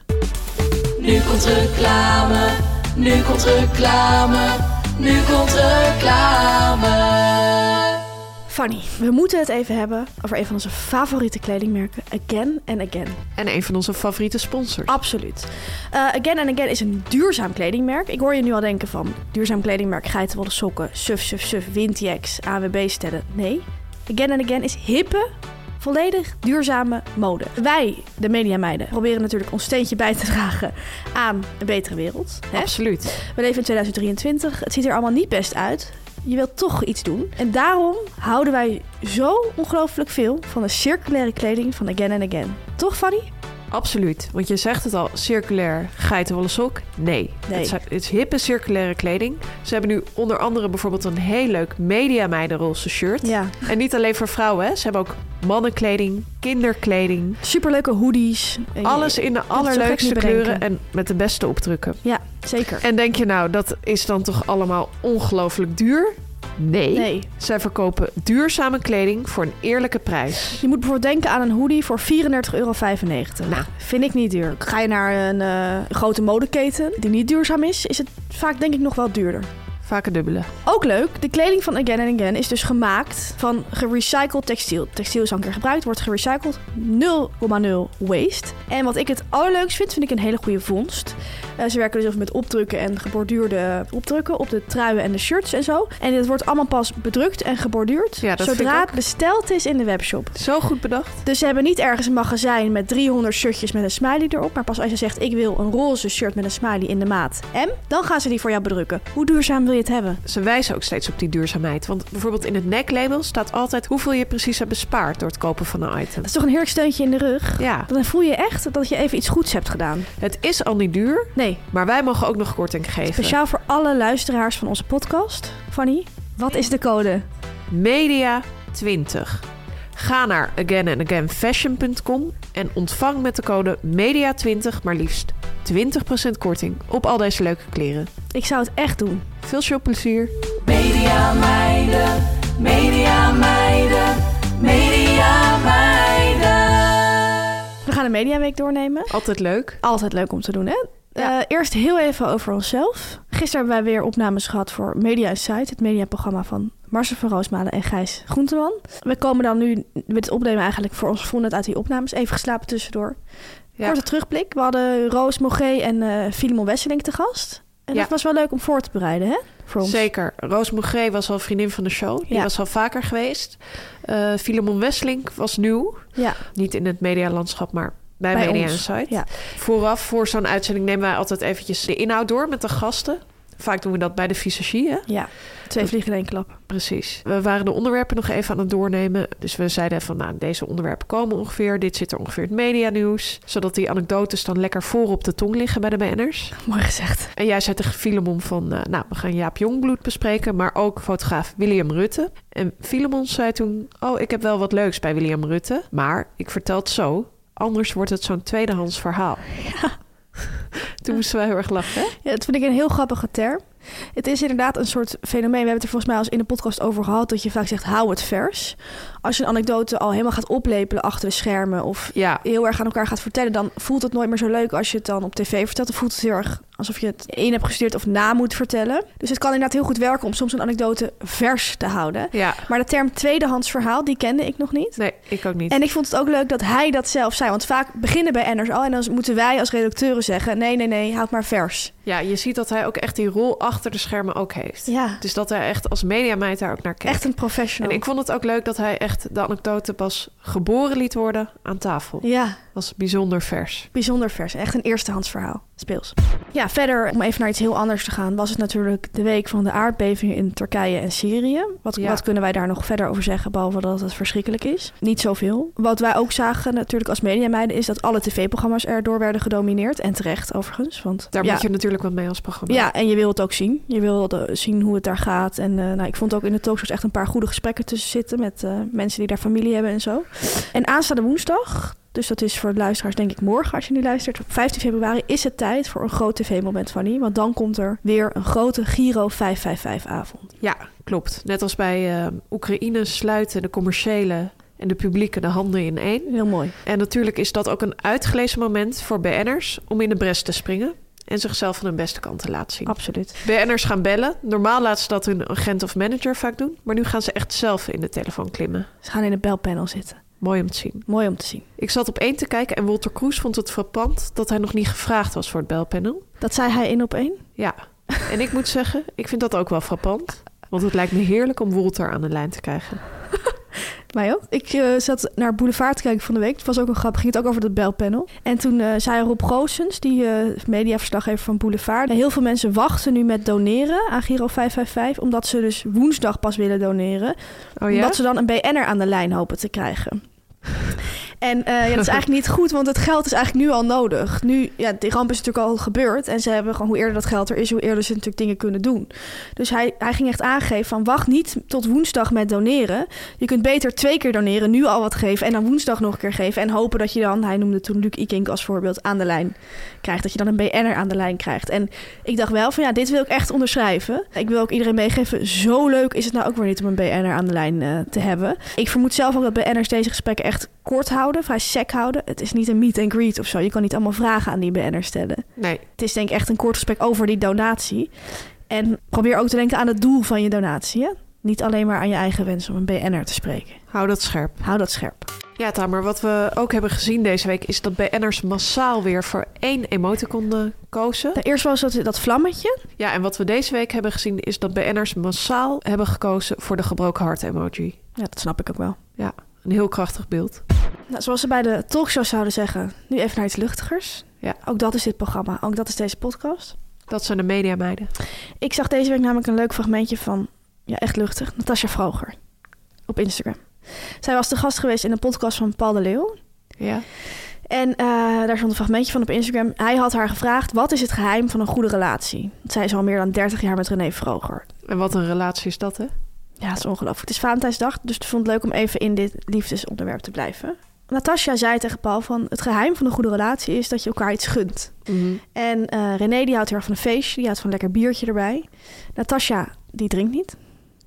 Speaker 3: Nu komt reclame, nu komt reclame, nu komt reclame.
Speaker 2: Fanny, we moeten het even hebben over een van onze favoriete kledingmerken. Again and Again.
Speaker 1: En een van onze favoriete sponsors.
Speaker 2: Absoluut. Eh, again and Again is een duurzaam kledingmerk. Ik hoor je nu al denken van duurzaam kledingmerk, geitenwolle sokken, suf, suf, suf, windjacks, AWB-stellen. Nee, Again and Again is hippe, volledig duurzame mode. Wij, de mediameiden, proberen natuurlijk ons steentje bij te dragen aan een betere wereld. Hè?
Speaker 1: Absoluut.
Speaker 2: We leven in 2023. Het ziet er allemaal niet best uit. Je wilt toch iets doen. En daarom houden wij zo ongelooflijk veel van de circulaire kleding van Again and Again. Toch, Fanny?
Speaker 1: Absoluut. Want je zegt het al, circulair geitenwolle sok? Nee.
Speaker 2: Nee.
Speaker 1: Het, zijn- het is hippe circulaire kleding. Ze hebben nu onder andere bijvoorbeeld een heel leuk Media Meiden roze shirt.
Speaker 2: Ja.
Speaker 1: En niet alleen voor vrouwen, hè. ze hebben ook mannenkleding, kinderkleding.
Speaker 2: Superleuke hoodies. Eh,
Speaker 1: Alles in de allerleukste
Speaker 2: niet bedenken.
Speaker 1: kleuren en met de beste opdrukken.
Speaker 2: Ja, zeker.
Speaker 1: En denk je nou, dat is dan toch allemaal ongelooflijk duur? Nee.
Speaker 2: Nee.
Speaker 1: Zij verkopen duurzame kleding voor een eerlijke prijs.
Speaker 2: Je moet bijvoorbeeld denken aan een hoodie voor 34,95 euro.
Speaker 1: Nou.
Speaker 2: Vind ik niet duur. Ga je naar een eh, grote modeketen die niet duurzaam is, is het vaak denk ik nog wel duurder.
Speaker 1: Vaak een dubbele.
Speaker 2: Ook leuk, de kleding van Again and Again is dus gemaakt van gerecycled textiel. Textiel is al een keer gebruikt, wordt gerecycled. 0,0 waste. En wat ik het allerleukst vind, vind ik een hele goede vondst. Eh, ze werken dus ook met opdrukken en geborduurde opdrukken op de truien en de shirts en zo. En dit wordt allemaal pas bedrukt en geborduurd
Speaker 1: Ja, dat vind ik
Speaker 2: zodra
Speaker 1: ook.
Speaker 2: het besteld is in de webshop.
Speaker 1: Zo goed bedacht.
Speaker 2: Dus ze hebben niet ergens een magazijn met 300 shirtjes met een smiley erop. Maar pas als je zegt, ik wil een roze shirt met een smiley in de maat M, dan gaan ze die voor jou bedrukken. Hoe duurzaam wil je het hebben?
Speaker 1: Ze wijzen ook steeds op die duurzaamheid. Want bijvoorbeeld in het neklabel staat altijd hoeveel je precies hebt bespaard door het kopen van een item.
Speaker 2: Dat is toch een heerlijk steuntje in de rug?
Speaker 1: Ja,
Speaker 2: Dan voel je echt dat je even iets goeds hebt gedaan.
Speaker 1: het is al niet duur,
Speaker 2: Nee,
Speaker 1: maar wij mogen ook nog korting geven.
Speaker 2: speciaal voor alle luisteraars van onze podcast. Fanny, wat is de code?
Speaker 1: Media 20. Ga naar againandagainfashion.com en ontvang met de code MEDIA20 maar liefst 20% korting op al deze leuke kleren.
Speaker 2: Ik zou het echt doen.
Speaker 1: Veel shopplezier.
Speaker 3: Media meiden, media meiden, media meiden.
Speaker 2: We gaan de Mediaweek doornemen.
Speaker 1: Altijd leuk.
Speaker 2: Altijd leuk om te doen, hè?
Speaker 1: Ja.
Speaker 2: Eh, eerst heel even over onszelf. Gisteren hebben wij weer opnames gehad voor Media Insight, het mediaprogramma van Marcel van Roosmalen en Gijs Groenteman. We komen dan nu met het opnemen eigenlijk voor ons vonden uit die opnames. Even geslapen tussendoor.
Speaker 1: Ja.
Speaker 2: Korte terugblik. We hadden Roos Mogé en eh Filimon Wesseling te gast. En
Speaker 1: Ja.
Speaker 2: dat was wel leuk om voor te bereiden, hè? Voor ons.
Speaker 1: Zeker. Roos Mogré was al vriendin van de show. Die
Speaker 2: Ja.
Speaker 1: was al vaker geweest. Eh Filemon Wesseling was nieuw.
Speaker 2: Ja,
Speaker 1: Niet in het medialandschap, maar bij,
Speaker 2: Bij
Speaker 1: Media
Speaker 2: ons.
Speaker 1: Insight.
Speaker 2: Ja.
Speaker 1: Vooraf, voor zo'n uitzending, nemen wij altijd eventjes de inhoud door met de gasten. Vaak doen we dat bij de visagie, hè?
Speaker 2: ja. Twee vliegen in één klap. (laughs)
Speaker 1: Precies. We waren de onderwerpen nog even aan het doornemen. Dus we zeiden van, nou, deze onderwerpen komen ongeveer. Dit zit er ongeveer in het medianieuws. Zodat die anekdotes dan lekker voor op de tong liggen bij de BN'ers.
Speaker 2: Mooi gezegd.
Speaker 1: En jij zei tegen Filemon van, eh, nou, we gaan Jaap Jongbloed bespreken. Maar ook fotograaf William Rutte. En Filemon zei toen, oh, ik heb wel wat leuks bij William Rutte. Maar ik vertel het zo. Anders wordt het zo'n tweedehands
Speaker 2: (laughs)
Speaker 1: verhaal. toen moesten wij heel erg lachen, hè?
Speaker 2: Ja, dat vind ik een heel grappige term. Het is inderdaad een soort fenomeen. We hebben het er volgens mij al eens in de podcast over gehad. Dat je vaak zegt, hou het vers. Als je een anekdote al helemaal gaat oplepelen achter de schermen. Of
Speaker 1: Ja,
Speaker 2: heel erg aan elkaar gaat vertellen. Dan voelt het nooit meer zo leuk als je het dan op tv vertelt. Dan voelt het heel erg alsof je het in hebt gestudeerd of na moet vertellen. Dus het kan inderdaad heel goed werken om soms een anekdote vers te houden.
Speaker 1: ja.
Speaker 2: Maar de term tweedehands verhaal, die kende ik nog niet.
Speaker 1: Nee, ik ook niet.
Speaker 2: En ik vond het ook leuk dat hij dat zelf zei. Want vaak beginnen bij Enners al. En dan moeten wij als redacteuren zeggen... nee, nee, nee, houd maar vers.
Speaker 1: Ja, je ziet dat hij ook echt die rol achter de schermen ook heeft.
Speaker 2: Ja.
Speaker 1: Dus dat hij echt als mediameid daar ook naar kijkt.
Speaker 2: Echt een professional.
Speaker 1: En ik vond het ook leuk dat hij echt de anekdote pas geboren liet worden aan tafel.
Speaker 2: Ja,
Speaker 1: Was bijzonder vers.
Speaker 2: bijzonder vers. Echt een eerstehands verhaal. Speels. Ja, verder, om even naar iets heel anders te gaan... was het natuurlijk de week van de aardbevingen in Turkije en Syrië. Wat,
Speaker 1: Ja.
Speaker 2: wat kunnen wij daar nog verder over zeggen... behalve dat het verschrikkelijk is? Niet zoveel. Wat wij ook zagen natuurlijk als mediameiden... is dat alle tv-programma's erdoor werden gedomineerd. En terecht, overigens. Want
Speaker 1: Daar
Speaker 2: ja,
Speaker 1: moet je natuurlijk wat mee als programma.
Speaker 2: Ja, en je wil het ook zien. Je wil de- zien hoe het daar gaat. En eh, nou, ik vond ook in de talkshows echt een paar goede gesprekken tussen zitten met eh, mensen die daar familie hebben en zo. En aanstaande woensdag, dus dat is voor de luisteraars denk ik morgen als je nu luistert, op 15 februari is het tijd voor een groot tv-moment van die. Want dan komt er weer een grote Giro 555 avond.
Speaker 1: Ja, klopt. Net als bij eh, Oekraïne sluiten de commerciële en de publieke de handen in één.
Speaker 2: Heel mooi.
Speaker 1: En natuurlijk is dat ook een uitgelezen moment voor BN'ers om in de bres te springen. En zichzelf van hun beste kant te laten zien.
Speaker 2: Absoluut.
Speaker 1: BN'ers gaan bellen. Normaal laten ze dat hun agent of manager vaak doen. Maar nu gaan ze echt zelf in de telefoon klimmen.
Speaker 2: Ze gaan in het belpanel zitten.
Speaker 1: Mooi om te zien.
Speaker 2: Mooi om te zien.
Speaker 1: Ik zat op één te kijken en Walter Kroes vond het frappant dat hij nog niet gevraagd was voor het belpanel.
Speaker 2: Dat zei hij één op één. (laughs)
Speaker 1: Ja, en ik moet zeggen, ik vind dat ook wel frappant. Want het lijkt me heerlijk om Walter aan de lijn te krijgen.
Speaker 2: Mij ook. Ik eh, zat naar Boulevard te kijken van de week. Het was ook een grap. Ging het ook over dat belpanel. En toen eh, zei Rob Goossens, die eh mediaverslaggever van Boulevard... Heel veel mensen wachten nu met doneren aan Giro 555... omdat ze dus woensdag pas willen doneren.
Speaker 1: Oh ja?
Speaker 2: Omdat ze dan een BN'er aan de lijn hopen te krijgen. En eh, ja, dat
Speaker 1: (laughs)
Speaker 2: is eigenlijk niet goed, want het geld is eigenlijk nu al nodig. Nu, ja, die ramp is natuurlijk al gebeurd. En ze hebben gewoon, hoe eerder dat geld er is, hoe eerder ze natuurlijk dingen kunnen doen. Dus hij, hij ging echt aangeven van, wacht niet tot woensdag met doneren. Je kunt beter twee keer doneren, nu al wat geven en dan woensdag nog een keer geven. En hopen dat je dan, hij noemde toen Luc Ikink als voorbeeld, aan de lijn krijgt. Dat je dan een BN'er aan de lijn krijgt. En ik dacht wel van, ja, dit wil ik echt onderschrijven. Ik wil ook iedereen meegeven, zo leuk is het nou ook weer niet om een BN'er aan de lijn eh, te hebben. Ik vermoed zelf ook dat BN'ers deze gesprekken echt kort houden, vrij sec houden. Het is niet een meet and greet of zo. Je kan niet allemaal vragen aan die BN'er stellen.
Speaker 1: Nee,
Speaker 2: Het is denk ik echt een kort gesprek over die donatie. En probeer ook te denken aan het doel van je donatie. Hè? Niet alleen maar aan je eigen wens om een BN'er te spreken.
Speaker 1: Hou dat scherp.
Speaker 2: Hou dat scherp.
Speaker 1: Ja, Tamer, wat we ook hebben gezien deze week is dat BN'ers massaal weer voor één emoticon eh, kozen.
Speaker 2: Nou, eerst was dat, dat vlammetje.
Speaker 1: Ja, en wat we deze week hebben gezien is dat BN'ers massaal hebben gekozen voor de gebroken hart emoji.
Speaker 2: Ja, dat snap ik ook wel.
Speaker 1: Ja, een heel krachtig beeld.
Speaker 2: Nou, zoals ze bij de talkshows zouden zeggen, nu even naar iets luchtigers.
Speaker 1: Ja.
Speaker 2: Ook dat is dit programma. Ook dat is deze podcast.
Speaker 1: Dat zijn de mediameiden.
Speaker 2: Ik zag deze week namelijk een leuk fragmentje van, ja echt luchtig, Natasja Vroger op Instagram. Zij was de gast geweest in een podcast van Paul de Leeuw.
Speaker 1: Ja.
Speaker 2: En eh, daar stond een fragmentje van op Instagram. Hij had haar gevraagd, wat is het geheim van een goede relatie? Want Zij is al meer dan 30 jaar met René Vroger.
Speaker 1: En wat een relatie is dat, hè?
Speaker 2: Ja, het is ongelooflijk. Het is Valentijnsdag, dus ik vond het leuk om even in dit liefdesonderwerp te blijven. Natasja zei tegen Paul van, het geheim van een goede relatie is dat je elkaar iets gunt. En eh René die houdt heel erg van een feestje, die houdt van een lekker biertje erbij. Natasja, die drinkt niet.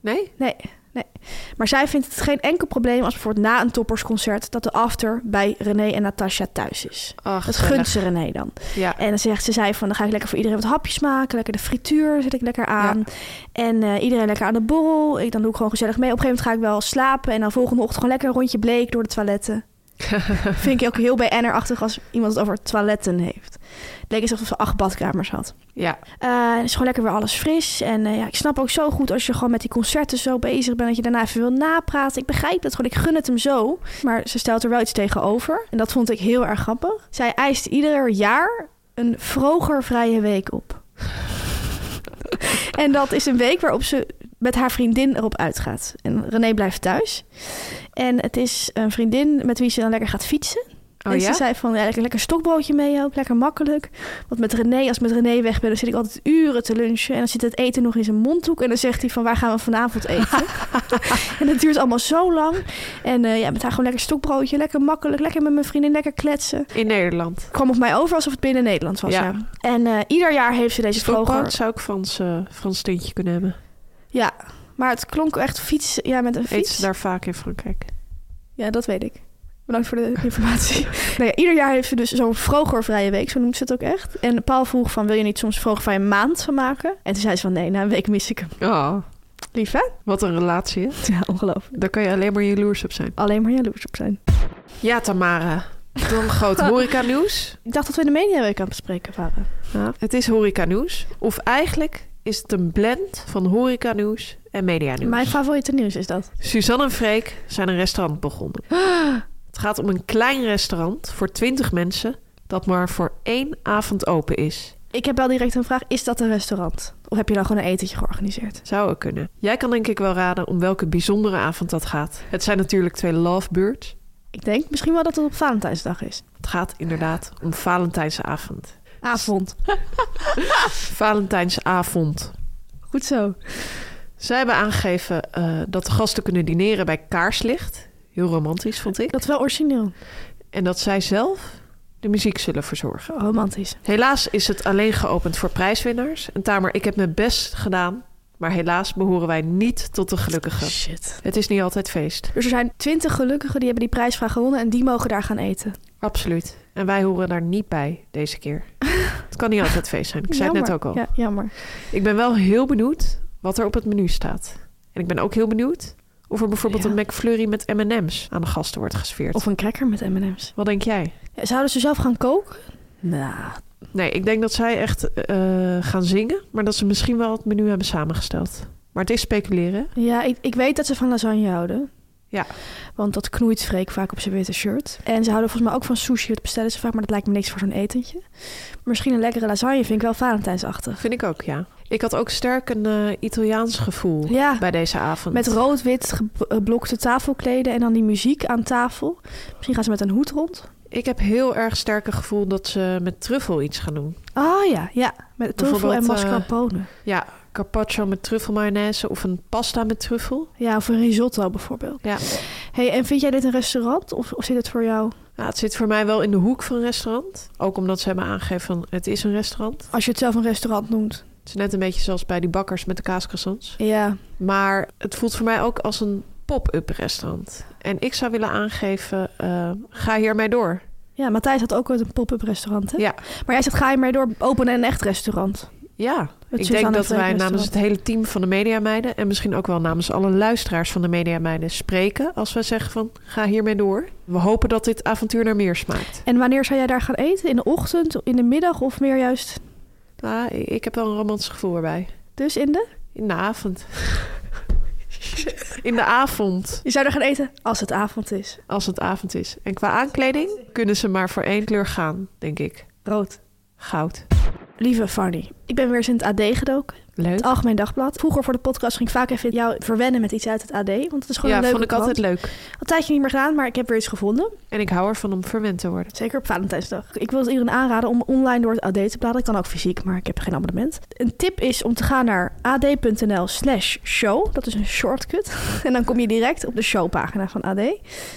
Speaker 1: Nee?
Speaker 2: Nee, nee. Maar zij vindt het geen enkel probleem als bijvoorbeeld na een toppersconcert... dat de after bij René en Natasja thuis is.
Speaker 1: Ach,
Speaker 2: Dat gunt ze René dan.
Speaker 1: Ja.
Speaker 2: En dan zegt ze, zei van, dan ga ik lekker voor iedereen wat hapjes maken. Lekker de frituur zet ik lekker aan. En eh, iedereen lekker aan de borrel. Ik, dan doe ik gewoon gezellig mee. Op een gegeven moment ga ik wel slapen. En dan volgende ochtend gewoon lekker een rondje bleek door de toiletten. Vind ik ook heel BN'er-achtig als iemand het over toiletten heeft. Het leek eens alsof ze acht badkamers had.
Speaker 1: Ja.
Speaker 2: Eh, het is gewoon lekker weer alles fris. En eh, ja, ik snap ook zo goed als je gewoon met die concerten zo bezig bent... dat je daarna even wil napraten. Ik begrijp dat gewoon, ik gun het hem zo. Maar ze stelt er wel iets tegenover. En dat vond ik heel erg grappig. Zij eist ieder jaar een vroger vrije week op. en dat is een week waarop ze met haar vriendin erop uitgaat. En René blijft thuis. En het is een vriendin met wie ze dan lekker gaat fietsen
Speaker 1: Oh
Speaker 2: en ze
Speaker 1: ja?
Speaker 2: zei van, ja, lekker, lekker stokbroodje mee ook, lekker makkelijk. Want met René, als ik met René weg ben, dan zit ik altijd uren te lunchen. En dan zit het eten nog in zijn mondhoek. En dan zegt hij van, waar gaan we
Speaker 1: (laughs)
Speaker 2: vanavond eten? en dat duurt allemaal zo lang. En eh, ja, met haar gewoon lekker stokbroodje, lekker makkelijk. Lekker met mijn vriendin, lekker kletsen.
Speaker 1: In Nederland.
Speaker 2: kwam op mij over alsof het binnen Nederland was.
Speaker 1: Ja.
Speaker 2: Ja. En eh, ieder jaar heeft ze deze
Speaker 1: Vroeger
Speaker 2: vroeger.
Speaker 1: zou ik Frans, eh Frans tintje kunnen hebben.
Speaker 2: Ja, maar het klonk echt fiets, ja, met een
Speaker 1: Eet ze
Speaker 2: fiets.
Speaker 1: daar vaak in Frankrijk.
Speaker 2: Ja, dat weet ik. Bedankt voor de (laughs) informatie. nou ja, ieder jaar heeft ze dus zo'n vrije week, zo noemt ze het ook echt. En Paul vroeg van, wil je niet soms vroogvrije maand van maken? En toen zei ze van, nee, na een week mis ik hem.
Speaker 1: Oh,
Speaker 2: Lief, hè?
Speaker 1: wat een relatie, hè?
Speaker 2: (laughs) Ja, ongelooflijk.
Speaker 1: Daar kan je alleen maar jaloers op zijn.
Speaker 2: Alleen maar jaloers op zijn.
Speaker 1: Ja, Tamara. Dan groot horeca-nieuws.
Speaker 2: Ik dacht dat we de mediaweek aan het bespreken waren.
Speaker 1: Ja, het is horecanieuws. Of eigenlijk is het een blend van horecanieuws en medianieuws.
Speaker 2: Mijn favoriete nieuws is dat.
Speaker 1: Suzanne en Freek zijn een restaurant begonnen. Het gaat om een klein restaurant voor 20 mensen dat maar voor één avond open is.
Speaker 2: Ik heb wel direct een vraag, is dat een restaurant? Of heb je nou gewoon een etentje georganiseerd?
Speaker 1: Zou het kunnen. Jij kan denk ik wel raden om welke bijzondere avond dat gaat. Het zijn natuurlijk twee lovebirds.
Speaker 2: Ik denk misschien wel dat het op Valentijnsdag is.
Speaker 1: Het gaat inderdaad om Valentijnsavond.
Speaker 2: Avond.
Speaker 1: (laughs) Valentijnsavond.
Speaker 2: Goed zo.
Speaker 1: Zij hebben aangegeven eh, dat de gasten kunnen dineren bij kaarslicht. Heel romantisch, vond ik.
Speaker 2: Dat is wel origineel.
Speaker 1: en dat zij zelf de muziek zullen verzorgen.
Speaker 2: Romantisch.
Speaker 1: Helaas is het alleen geopend voor prijswinnaars. En Tamer, ik heb mijn best gedaan, maar helaas behoren wij niet tot de gelukkigen.
Speaker 2: Shit.
Speaker 1: Het is niet altijd feest.
Speaker 2: Dus er zijn twintig gelukkigen die hebben die prijsvraag gewonnen en die mogen daar gaan eten.
Speaker 1: Absoluut. En wij horen daar niet bij deze
Speaker 2: (laughs)
Speaker 1: keer. Het kan niet altijd feest zijn. Ik zei het net ook
Speaker 2: Jammer.
Speaker 1: al.
Speaker 2: Ja, jammer.
Speaker 1: Ik ben wel heel benieuwd wat er op het menu staat. En ik ben ook heel benieuwd of er bijvoorbeeld
Speaker 2: Ja.
Speaker 1: een McFlurry met M&M's aan de gasten wordt geserveerd.
Speaker 2: Of een cracker met M&M's.
Speaker 1: Wat denk jij?
Speaker 2: Zouden ze zelf gaan koken? Nou,
Speaker 1: Nee, ik denk dat zij echt eh, gaan zingen, maar dat ze misschien wel het menu hebben samengesteld. Maar het is speculeren.
Speaker 2: ja, ik, ik weet dat ze van lasagne houden.
Speaker 1: Ja.
Speaker 2: Want dat knoeit Freek vaak op zijn witte shirt. En ze houden volgens mij ook van sushi. Dat bestellen ze vaak, maar dat lijkt me niks voor zo'n etentje. Misschien een lekkere lasagne vind ik wel Valentijnsachtig.
Speaker 1: Vind ik ook, ja. Ik had ook sterk een eh, Italiaans gevoel
Speaker 2: Ja,
Speaker 1: bij deze avond.
Speaker 2: met rood-wit geblokte tafelkleden en dan die muziek aan tafel. Misschien gaan ze met een hoed rond.
Speaker 1: Ik heb heel erg sterk een gevoel dat ze met truffel iets gaan doen.
Speaker 2: Ah ja, ja. Met tofu en
Speaker 1: Bijvoorbeeld, eh,
Speaker 2: mascarpone.
Speaker 1: Ja, carpaccio met truffelmayonaise of een pasta met truffel.
Speaker 2: Ja, of een risotto bijvoorbeeld.
Speaker 1: Ja.
Speaker 2: Hey, en vind jij dit een restaurant of, of zit het voor jou?
Speaker 1: Nou, het zit voor mij wel in de hoek van een restaurant. Ook omdat ze hebben aangegeven van het is een restaurant.
Speaker 2: Als je het zelf een restaurant noemt.
Speaker 1: Het is net een beetje zoals bij die bakkers met de kaascroissants.
Speaker 2: Ja.
Speaker 1: Maar het voelt voor mij ook als een pop-up restaurant. En ik zou willen aangeven, eh, ga hiermee door.
Speaker 2: Ja, Matthijs had ook ooit een pop-up restaurant, hè?
Speaker 1: Ja.
Speaker 2: Maar jij zegt, ga je maar door, open een echt restaurant.
Speaker 1: Ja,
Speaker 2: Het
Speaker 1: ik denk
Speaker 2: Suzanne
Speaker 1: dat wij
Speaker 2: Freek
Speaker 1: namens het
Speaker 2: restaurant.
Speaker 1: hele team van de Mediameiden... en misschien ook wel namens alle luisteraars van de Mediameiden spreken... als we zeggen van, ga hiermee door. We hopen dat dit avontuur naar meer smaakt.
Speaker 2: En wanneer zou jij daar gaan eten? In de ochtend, in de middag of meer juist
Speaker 1: Ah, ik ik heb wel een romantisch gevoel erbij.
Speaker 2: dus in de?
Speaker 1: In de avond. In de avond,
Speaker 2: Je zou daar gaan eten als het avond is.
Speaker 1: als het avond is. En qua aankleding kunnen ze maar voor één kleur gaan, denk ik.
Speaker 2: Rood.
Speaker 1: Goud.
Speaker 2: Lieve Farny, ik ben weer eens in het AD gedoken.
Speaker 1: Leuk.
Speaker 2: Het Algemeen Dagblad. Vroeger voor de podcast ging ik vaak even jou verwennen met iets uit het AD. Want het is gewoon
Speaker 1: Ja,
Speaker 2: een leuke
Speaker 1: vond ik altijd leuk.
Speaker 2: Al een tijdje niet meer gedaan, maar ik heb weer iets gevonden.
Speaker 1: En ik hou ervan om verwend te worden.
Speaker 2: Zeker op Valentijnsdag. Ik wil het iedereen aanraden om online door het AD te bladeren. Ik kan ook fysiek, maar ik heb geen abonnement. Een tip is om te gaan naar ad.nl slash show. Dat is een shortcut. (laughs) En dan kom je direct op de showpagina van AD.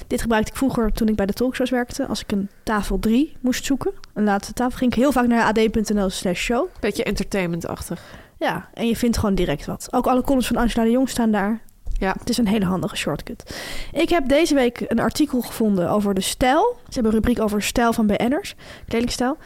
Speaker 2: Dit gebruikte ik vroeger toen ik bij de talkshows werkte. Als ik een tafel 3 moest zoeken, een laatste tafel, ging ik heel vaak naar ad.nl slash show.
Speaker 1: Beetje entertainmentachtig.
Speaker 2: Ja, en je vindt gewoon direct wat. Ook alle columns van Angela de Jong staan daar.
Speaker 1: Ja.
Speaker 2: Het is een hele handige shortcut. Ik heb deze week een artikel gevonden over de stijl. Ze hebben een rubriek over stijl van BN'ers, kledingstijl.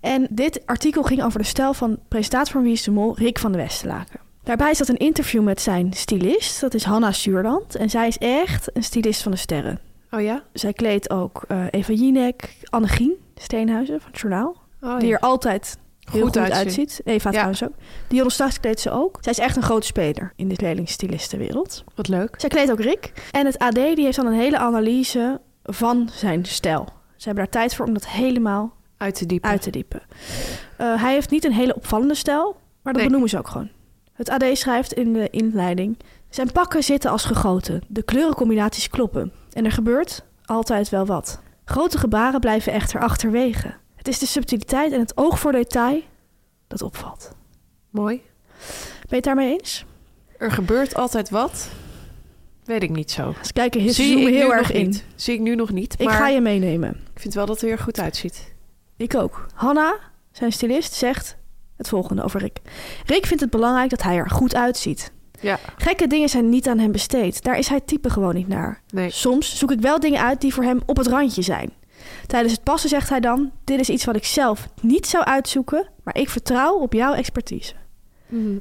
Speaker 2: En dit artikel ging over de stijl van presentator van Wie is de Mol, Rick van de Westerlaken. Daarbij zat een interview met zijn stylist, dat is Hanna Zuurland. En zij is echt een stylist van de sterren.
Speaker 1: Oh ja?
Speaker 2: Zij kleedt ook eh, Eva Jinek, Annegien Steenhuizen van het journaal.
Speaker 1: Oh,
Speaker 2: Die
Speaker 1: ja.
Speaker 2: er altijd heel goed,
Speaker 1: uitzien.
Speaker 2: uitziet. Eva
Speaker 1: Ja.
Speaker 2: trouwens ook. Dionne Stas kleedt ze ook. Zij is echt een grote speler in de kledingstylistenwereld.
Speaker 1: Wat leuk.
Speaker 2: Zij kleedt ook Rick. En het AD die heeft dan een hele analyse van zijn stijl. Ze hebben daar tijd voor om dat helemaal
Speaker 1: Uit te diepen.
Speaker 2: uit te diepen. Eh, hij heeft niet een hele opvallende stijl, maar dat
Speaker 1: Nee.
Speaker 2: benoemen ze ook gewoon. Het AD schrijft in de inleiding... Zijn pakken zitten als gegoten. De kleurencombinaties kloppen. En er gebeurt altijd wel wat. Grote gebaren blijven echter achterwege. Het is de subtiliteit en het oog voor detail dat opvalt.
Speaker 1: Mooi.
Speaker 2: Ben je het daarmee eens?
Speaker 1: Er gebeurt altijd wat. Weet ik niet zo.
Speaker 2: Als kijken hits
Speaker 1: Zie ik
Speaker 2: zoomen
Speaker 1: nu
Speaker 2: heel
Speaker 1: nog
Speaker 2: erg in.
Speaker 1: niet. Zie ik nu nog niet.
Speaker 2: Ik
Speaker 1: maar
Speaker 2: ga je meenemen.
Speaker 1: ik vind wel dat hij er goed uitziet.
Speaker 2: Ik ook. Hanna, zijn stylist, zegt het volgende over Rick. Rick vindt het belangrijk dat hij er goed uitziet.
Speaker 1: Ja.
Speaker 2: Gekke dingen zijn niet aan hem besteed. Daar is hij type gewoon niet naar.
Speaker 1: Nee.
Speaker 2: Soms zoek ik wel dingen uit die voor hem op het randje zijn. Tijdens het passen zegt hij dan: Dit is iets wat ik zelf niet zou uitzoeken, maar ik vertrouw op jouw expertise.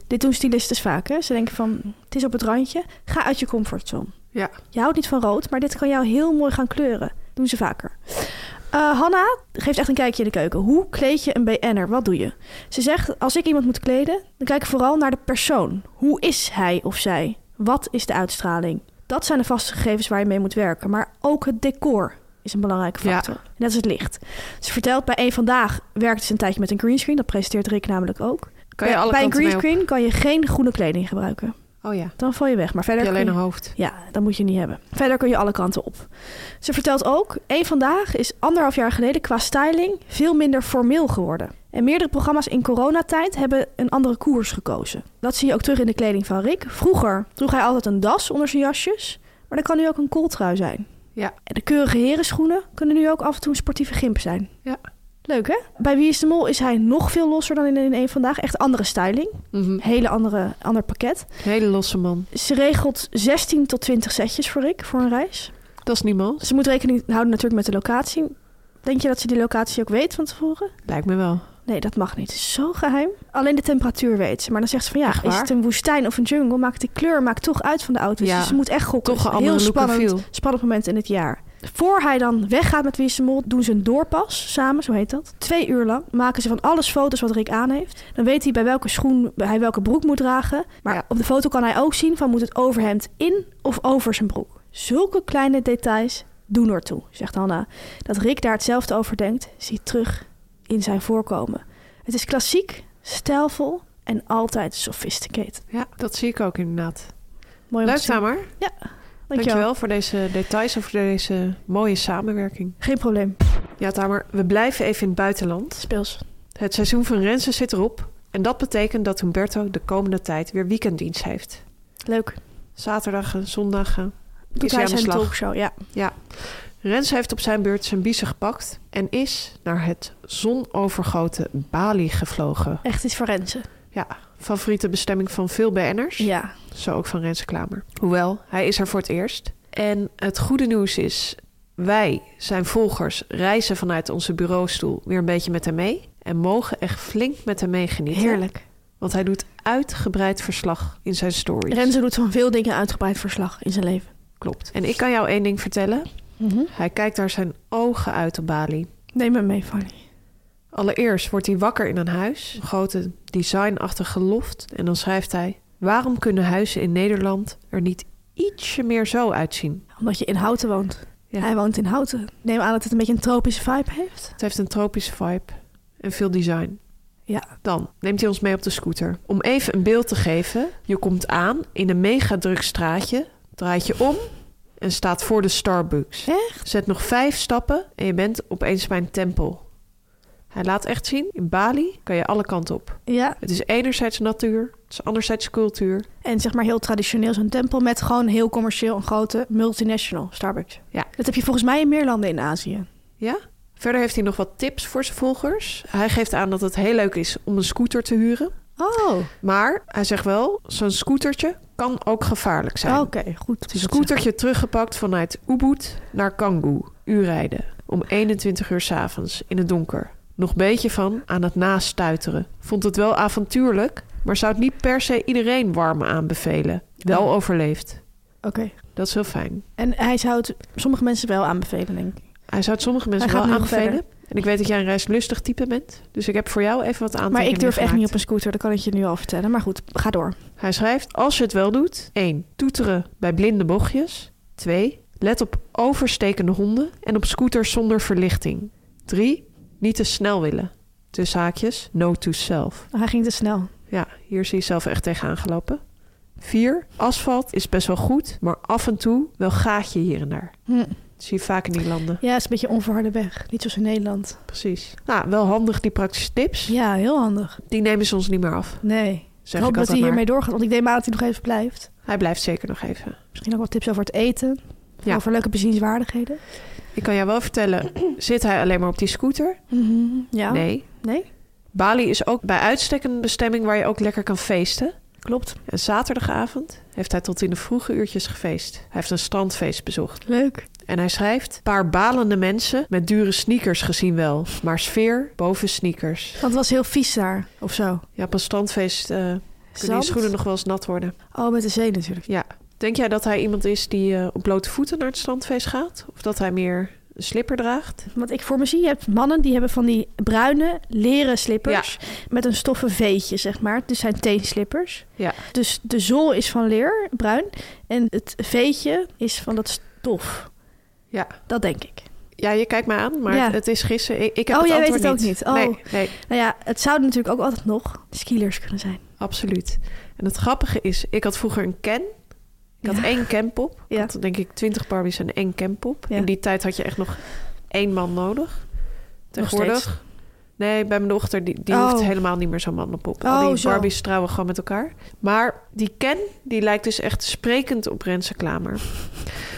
Speaker 2: Dit doen stylistes vaak. Hè? Ze denken van: Het is op het randje, ga uit je comfortzone.
Speaker 1: Ja.
Speaker 2: Je houdt niet van rood, maar dit kan jou heel mooi gaan kleuren. Doen ze vaker. Eh, Hanna geeft echt een kijkje in de keuken. Hoe kleed je een BN'er? Wat doe je? Ze zegt, als ik iemand moet kleden, dan kijk ik vooral naar de persoon. Hoe is hij of zij? Wat is de uitstraling? Dat zijn de vaste gegevens waar je mee moet werken. Maar ook het decor is een belangrijke
Speaker 1: Ja.
Speaker 2: factor. En dat is het licht. Ze vertelt, bij één Vandaag werkte ze een tijdje met een greenscreen. Dat presenteert Rick namelijk ook.
Speaker 1: Kan je
Speaker 2: bij
Speaker 1: alle
Speaker 2: bij een
Speaker 1: kanten mee op-
Speaker 2: greenscreen kan je geen groene kleding gebruiken.
Speaker 1: Oh ja.
Speaker 2: Dan val je weg. Maar verder
Speaker 1: Heb je
Speaker 2: kun
Speaker 1: alleen
Speaker 2: je-
Speaker 1: een hoofd.
Speaker 2: ja, dat moet je niet hebben. Verder kun je alle kanten op. Ze vertelt ook, één vandaag is anderhalf jaar geleden qua styling veel minder formeel geworden. En meerdere programma's in coronatijd hebben een andere koers gekozen. Dat zie je ook terug in de kleding van Rick. Vroeger droeg hij altijd een das onder zijn jasjes, maar dat kan nu ook een kooltrui zijn.
Speaker 1: Ja.
Speaker 2: En de keurige herenschoenen kunnen nu ook af en toe een sportieve gimp zijn.
Speaker 1: Ja.
Speaker 2: Leuk hè? Bij Wie is de Mol is hij nog veel losser dan in in één vandaag. Echt andere styling.
Speaker 1: Mhm.
Speaker 2: Hele andere, ander pakket.
Speaker 1: Een hele losse man.
Speaker 2: Ze regelt 16 tot 20 setjes voor Rick voor een reis.
Speaker 1: Dat is niemand.
Speaker 2: Ze moet rekening houden natuurlijk met de locatie. Denk je dat ze die locatie ook weet van tevoren?
Speaker 1: Lijkt me wel.
Speaker 2: Nee, dat mag niet. Het is zo geheim. Alleen de temperatuur weet ze. Maar dan zegt ze van ja,
Speaker 1: waar?
Speaker 2: is het een woestijn of een jungle? Maakt die kleur maakt toch uit van de outfits.
Speaker 1: Ja,
Speaker 2: Dus ze moet echt gokken.
Speaker 1: toch een
Speaker 2: Het is
Speaker 1: andere look en
Speaker 2: Heel spannend,
Speaker 1: feel.
Speaker 2: spannend moment in het jaar. Voor hij dan weggaat met Wie is de Mol, doen ze een doorpas samen, zo heet dat. Twee uur lang maken ze van alles foto's wat Rick aan heeft. Dan weet hij bij welke schoen hij welke broek moet dragen. Maar
Speaker 1: Ja.
Speaker 2: op de foto kan hij ook zien van moet het overhemd in of over zijn broek. Zulke kleine details doen ertoe, zegt Hanna. Dat Rick daar hetzelfde over denkt, ziet terug in zijn voorkomen. Het is klassiek, stijlvol en altijd sophisticated.
Speaker 1: Ja, dat zie ik ook inderdaad.
Speaker 2: Mooi om
Speaker 1: Leuk
Speaker 2: te zien.
Speaker 1: Tamer.
Speaker 2: Dankjewel.
Speaker 1: Dankjewel voor deze details en voor deze mooie samenwerking.
Speaker 2: Geen probleem.
Speaker 1: Ja Tamer, we blijven even in het buitenland.
Speaker 2: Speels.
Speaker 1: Het seizoen van Rensen zit erop. En dat betekent dat Humberto de komende tijd weer weekenddienst heeft.
Speaker 2: Leuk.
Speaker 1: Zaterdagen, zondagen.
Speaker 2: Doet
Speaker 1: is hij
Speaker 2: hij
Speaker 1: aan de
Speaker 2: zijn
Speaker 1: slag.
Speaker 2: talkshow, ja.
Speaker 1: Rens heeft op zijn beurt zijn biezen gepakt en is naar het zonovergoten Bali gevlogen.
Speaker 2: Echt iets voor Renze.
Speaker 1: Ja, favoriete bestemming van veel BN'ers.
Speaker 2: Ja.
Speaker 1: Zo ook van Renze Klamer. Hoewel, hij is er voor het eerst. En het goede nieuws is, wij, zijn volgers, reizen vanuit onze bureaustoel weer een beetje met hem mee. En mogen echt flink met hem meegenieten.
Speaker 2: Heerlijk.
Speaker 1: Want hij doet uitgebreid verslag in zijn stories.
Speaker 2: Renze doet van veel dingen uitgebreid verslag in zijn leven.
Speaker 1: Klopt. En ik kan jou één ding vertellen. Hij kijkt daar zijn ogen uit op Bali.
Speaker 2: Neem me mee, Fanny.
Speaker 1: Allereerst wordt hij wakker in een huis, een grote designachtige loft. En dan schrijft hij: Waarom kunnen huizen in Nederland er niet ietsje meer zo uitzien?
Speaker 2: Omdat je in Houten woont.
Speaker 1: Ja.
Speaker 2: Hij woont in Houten. Neem aan dat het een beetje een tropische vibe heeft.
Speaker 1: Het heeft een tropische vibe en veel design.
Speaker 2: Ja.
Speaker 1: Dan neemt hij ons mee op de scooter. Om even een beeld te geven, je komt aan in een mega druk straatje, draait je om en staat voor de Starbucks.
Speaker 2: Echt?
Speaker 1: Zet nog vijf stappen en je bent opeens bij een tempel. Hij laat echt zien, in Bali kan je alle kanten op.
Speaker 2: Ja.
Speaker 1: Het is enerzijds natuur, het is anderzijds cultuur.
Speaker 2: En zeg maar heel traditioneel zo'n tempel met gewoon heel commercieel een grote multinational Starbucks.
Speaker 1: Ja.
Speaker 2: Dat heb je volgens mij in meer landen in Azië.
Speaker 1: Ja? Verder heeft hij nog wat tips voor zijn volgers. Hij geeft aan dat het heel leuk is om een scooter te huren.
Speaker 2: Oh.
Speaker 1: Maar hij zegt wel, zo'n scootertje kan ook gevaarlijk zijn.
Speaker 2: Oké, goed.
Speaker 1: Het scootertje teruggepakt vanuit Ubud naar Canggu. Uur rijden. Om 21 uur s'avonds in het donker. Nog beetje van aan het nastuiteren. Vond het wel avontuurlijk, maar zou het niet per se iedereen warm aanbevelen. Wel overleefd.
Speaker 2: Oké.
Speaker 1: Dat is heel fijn.
Speaker 2: En hij zou het sommige mensen wel aanbevelen, denk ik.
Speaker 1: Hij zou het sommige mensen
Speaker 2: Hij gaat
Speaker 1: wel
Speaker 2: nu nog
Speaker 1: aanbevelen. En ik weet dat jij een reislustig type bent. Dus ik heb voor jou even wat aantekeningen
Speaker 2: Maar ik durf echt
Speaker 1: gemaakt.
Speaker 2: niet op een scooter, dat kan ik je nu al vertellen. Maar goed, ga door.
Speaker 1: Hij schrijft: Als je het wel doet, 1. Toeteren bij blinde bochtjes. 2. Let op overstekende honden en op scooters zonder verlichting. 3. Niet te snel willen. Tussen haakjes, no to self.
Speaker 2: Hij ging te snel.
Speaker 1: Ja, hier zie je zelf echt tegenaan gelopen. 4. Asfalt is best wel goed, maar af en toe wel gaatje hier en daar.
Speaker 2: Hm.
Speaker 1: Dat zie je vaak in die landen.
Speaker 2: Ja, is een beetje onverharde weg. Niet zoals in Nederland.
Speaker 1: Precies. Nou, wel handig die praktische tips.
Speaker 2: Ja, heel handig.
Speaker 1: Die nemen ze ons niet meer af.
Speaker 2: Nee.
Speaker 1: Zeg
Speaker 2: ik
Speaker 1: ik
Speaker 2: hoop dat hij
Speaker 1: altijd maar.
Speaker 2: hiermee doorgaat, want ik neem aan dat hij nog even blijft.
Speaker 1: Hij blijft zeker nog even.
Speaker 2: Misschien ook wat tips over het eten.
Speaker 1: Ja.
Speaker 2: Over leuke bezienswaardigheden.
Speaker 1: Ik kan jou wel vertellen, zit hij alleen maar op die scooter?
Speaker 2: Mhm, Ja.
Speaker 1: Nee.
Speaker 2: Nee?
Speaker 1: Bali is ook bij uitstek een bestemming waar je ook lekker kan feesten.
Speaker 2: Klopt.
Speaker 1: En zaterdagavond heeft hij tot in de vroege uurtjes gefeest. Hij heeft een strandfeest bezocht.
Speaker 2: Leuk.
Speaker 1: En hij schrijft: paar balende mensen met dure sneakers gezien wel, maar sfeer boven sneakers.
Speaker 2: Want het was heel vies daar, of zo.
Speaker 1: Ja, op een strandfeest eh, kunnen je
Speaker 2: Zand?
Speaker 1: schoenen nog wel eens nat worden.
Speaker 2: Oh, met de zee natuurlijk.
Speaker 1: Ja. Denk jij dat hij iemand is die eh, op blote voeten naar het strandfeest gaat? Of dat hij meer een slipper draagt?
Speaker 2: Want ik voor me zie, je hebt mannen die hebben van die bruine leren slippers. Met een stoffen veetje, zeg maar. Dus zijn teenslippers.
Speaker 1: Ja.
Speaker 2: Dus de zool is van leer, bruin. En het veetje is van dat stof.
Speaker 1: Ja.
Speaker 2: Dat denk ik.
Speaker 1: Ja, je kijkt mij aan, maar
Speaker 2: Ja.
Speaker 1: het is gissen. Ik, ik heb
Speaker 2: Oh,
Speaker 1: het
Speaker 2: jij weet
Speaker 1: antwoord
Speaker 2: het ook niet. Oh.
Speaker 1: Nee, nee.
Speaker 2: Nou ja, het zouden natuurlijk ook altijd nog skiers kunnen zijn.
Speaker 1: Absoluut. En het grappige is, ik had vroeger een can. Ik had
Speaker 2: Ja.
Speaker 1: één canpop. Ik
Speaker 2: Ja.
Speaker 1: had denk ik twintig Barbies en één canpop.
Speaker 2: Ja.
Speaker 1: In die tijd had je echt nog één man nodig. Tegenwoordig. Nee, bij mijn dochter, die, die
Speaker 2: Oh.
Speaker 1: hoeft helemaal niet meer zo'n mannenpop. Al
Speaker 2: Oh,
Speaker 1: die
Speaker 2: zo.
Speaker 1: Barbies trouwen gewoon met elkaar. Maar die Ken, die lijkt dus echt sprekend op Renze
Speaker 2: (laughs)
Speaker 1: Klamer.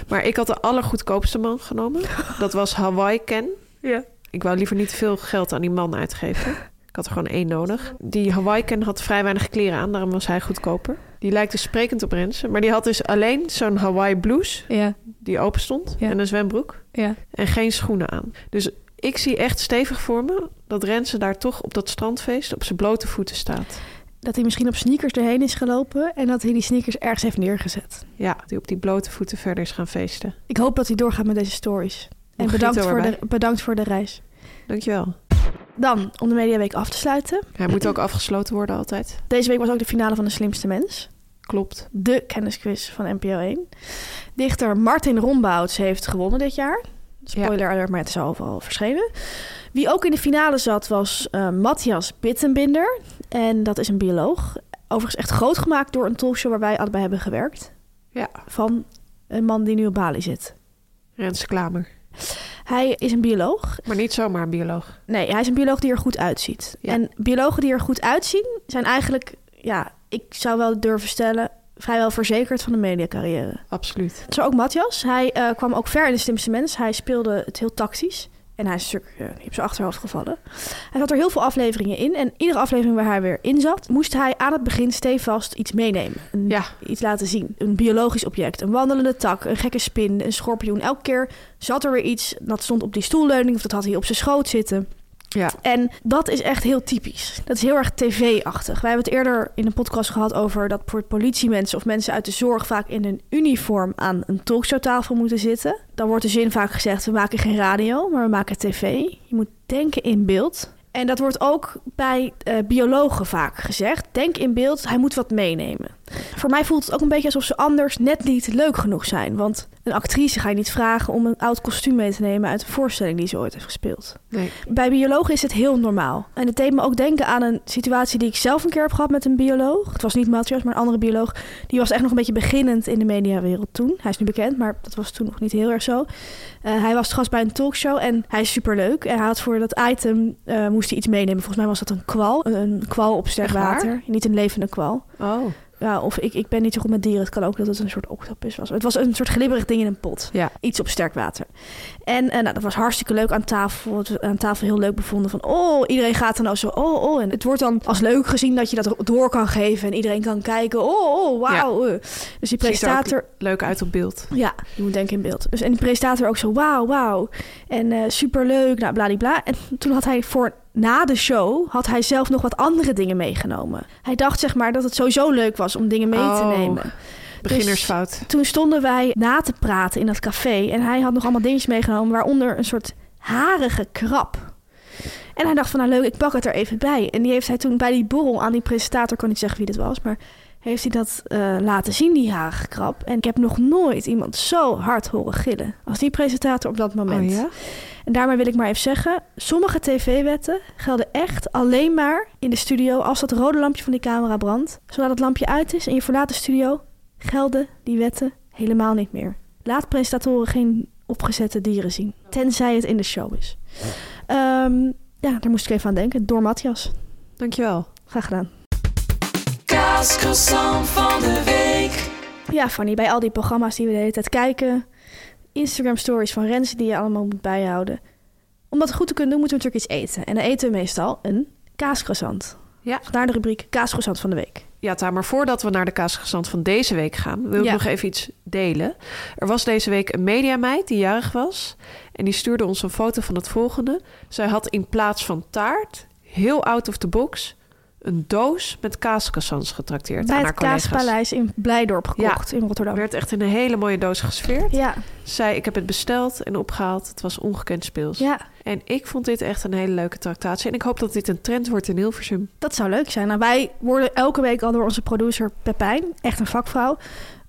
Speaker 1: Maar ik had de allergoedkoopste man genomen. Dat was Hawaii Ken.
Speaker 2: Ja.
Speaker 1: Ik wou liever niet veel geld aan die man uitgeven. Ik had er gewoon één nodig. Die Hawaiian had vrij weinig kleren aan, daarom was hij goedkoper. Die lijkt dus sprekend op Rensen. Maar die had dus alleen zo'n Hawaii blouse
Speaker 2: Ja,
Speaker 1: die open stond
Speaker 2: Ja.
Speaker 1: en een zwembroek
Speaker 2: ja.
Speaker 1: en geen schoenen aan. Dus ik zie echt stevig voor me dat Rensen daar toch op dat strandfeest op zijn blote voeten staat.
Speaker 2: Dat hij misschien op sneakers erheen is gelopen en dat hij die sneakers ergens heeft neergezet.
Speaker 1: Ja, die op die blote voeten verder is gaan feesten.
Speaker 2: Ik hoop dat hij doorgaat met deze stories. En
Speaker 1: Mojito
Speaker 2: bedankt voor,
Speaker 1: erbij.
Speaker 2: de, bedankt voor de reis.
Speaker 1: Dankjewel.
Speaker 2: Dan, om de Mediaweek af te sluiten.
Speaker 1: Hij moet ook afgesloten worden altijd.
Speaker 2: Deze week was ook de finale van De Slimste Mens.
Speaker 1: Klopt.
Speaker 2: De kennisquiz van NPO 1. Dichter Martin Rombouts heeft gewonnen dit jaar. Spoiler alert, maar het is overal verschenen. Wie ook in de finale zat was eh, Matthias Bittenbinder. En dat is een bioloog. Overigens echt groot gemaakt door een talkshow waar wij allebei hebben gewerkt.
Speaker 1: Ja.
Speaker 2: Van een man die nu op Bali zit.
Speaker 1: Rensen Klamer.
Speaker 2: Hij is een bioloog.
Speaker 1: Maar niet zomaar een bioloog.
Speaker 2: Nee, hij is een bioloog die er goed uitziet.
Speaker 1: Ja.
Speaker 2: En biologen die er goed uitzien zijn eigenlijk, ja, ik zou wel durven stellen, vrijwel verzekerd van een mediacarrière.
Speaker 1: Absoluut.
Speaker 2: Zo ook Matthias. Hij eh, kwam ook ver in de slimste mens. Hij speelde het heel tactisch. En hij is natuurlijk eh, op zijn achterhoofd gevallen. Hij zat er heel veel afleveringen in. En iedere aflevering waar hij weer in zat, moest hij aan het begin stevast iets meenemen. Een-
Speaker 1: Ja.
Speaker 2: Iets laten zien. Een biologisch object, een wandelende tak, een gekke spin, een schorpioen. Elke keer zat er weer iets. Dat stond op die stoelleuning of dat had hij op zijn schoot zitten.
Speaker 1: Ja.
Speaker 2: En dat is echt heel typisch. Dat is heel erg tv-achtig. Wij hebben het eerder in een podcast gehad over dat voor politiemensen of mensen uit de zorg vaak in een uniform aan een talkshowtafel moeten zitten. Dan wordt de zin vaak gezegd: we maken geen radio, maar we maken tv. Je moet denken in beeld. En dat wordt ook bij eh, biologen vaak gezegd. Denk in beeld, hij moet wat meenemen. Voor mij voelt het ook een beetje alsof ze anders net niet leuk genoeg zijn. Want een actrice ga je niet vragen om een oud kostuum mee te nemen uit een voorstelling die ze ooit heeft gespeeld.
Speaker 1: Nee.
Speaker 2: Bij biologen is het heel normaal. En het deed me ook denken aan een situatie die ik zelf een keer heb gehad met een bioloog. Het was niet Matthias, maar een andere bioloog. Die was echt nog een beetje beginnend in de mediawereld toen. Hij is nu bekend, maar dat was toen nog niet heel erg zo. Eh, hij was te gast bij een talkshow en hij is superleuk. En hij had voor dat item eh, moest hij iets meenemen. Volgens mij was dat een kwal. Een, een kwal op sterk
Speaker 1: Echt waar?
Speaker 2: water. Niet een levende kwal.
Speaker 1: Oh.
Speaker 2: Ja, of ik, ik ben niet zo goed met dieren. Het kan ook dat het een soort octopus was. Het was een soort glibberig ding in een pot.
Speaker 1: Ja.
Speaker 2: Iets op sterk water. En eh, nou, dat was hartstikke leuk aan tafel. Het was aan tafel heel leuk bevonden van... Oh, iedereen gaat er nou zo... Oh, oh. En het wordt dan als leuk gezien dat je dat door kan geven. En iedereen kan kijken. Oh, oh, wauw. eh. Dus die
Speaker 1: Ziet er ook
Speaker 2: presentator...
Speaker 1: Leuk uit op beeld.
Speaker 2: Ja, je moet denken in beeld. Dus en die presentator ook zo, wauw, wauw. En eh, superleuk, nou bladibla. En toen had hij voor na de show, had hij zelf nog wat andere dingen meegenomen. Hij dacht zeg maar dat het sowieso leuk was om dingen mee te
Speaker 1: Oh.
Speaker 2: nemen. Dus
Speaker 1: Beginnersfout.
Speaker 2: Toen stonden wij na te praten in dat café en hij had nog allemaal dingetjes meegenomen, waaronder een soort harige krab. En hij dacht van, nou leuk, ik pak het er even bij. En die heeft hij toen bij die borrel aan die presentator, kon niet zeggen wie dat was, maar heeft hij dat eh, laten zien, die harige krab. En ik heb nog nooit iemand zo hard horen gillen als die presentator op dat moment.
Speaker 1: Oh ja?
Speaker 2: En daarmee wil ik maar even zeggen, sommige tv-wetten gelden echt alleen maar in de studio als dat rode lampje van die camera brandt. Zodra dat lampje uit is en je verlaat de studio, gelden die wetten helemaal niet meer. Laat presentatoren geen opgezette dieren zien, tenzij het in de show is. Ehm, ja, daar moest ik even aan denken. Door Matthias.
Speaker 1: Dankjewel.
Speaker 2: Graag gedaan.
Speaker 3: Kaascroissant van de week.
Speaker 2: Ja, Fanny, bij al die programma's die we de hele tijd kijken, Instagram stories van Rensen die je allemaal moet bijhouden. Om dat goed te kunnen doen, moeten we natuurlijk iets eten. En dan eten we meestal een kaascroissant.
Speaker 1: Ja.
Speaker 2: Vandaar de rubriek kaascroissant van de week.
Speaker 1: Ja, Tamer, maar voordat we naar de kaasgezant van deze week gaan, wil ik
Speaker 2: Ja.
Speaker 1: nog even iets delen. Er was deze week een mediameid die jarig was. En die stuurde ons een foto van het volgende. Zij had in plaats van taart, heel out of the box, een doos met kaascassans getrakteerd
Speaker 2: Bij
Speaker 1: aan
Speaker 2: het
Speaker 1: haar collega's.
Speaker 2: Kaaspaleis in Blijdorp gekocht in Rotterdam.
Speaker 1: Werd echt in een hele mooie doos gesfeerd.
Speaker 2: Ja,
Speaker 1: Zij, ik heb het besteld en opgehaald. Het was ongekend speels.
Speaker 2: ja,
Speaker 1: En ik vond dit echt een hele leuke tractatie. En ik hoop dat dit een trend wordt in Hilversum.
Speaker 2: dat zou leuk zijn. Nou, wij worden elke week al door onze producer Pepijn, echt een vakvrouw,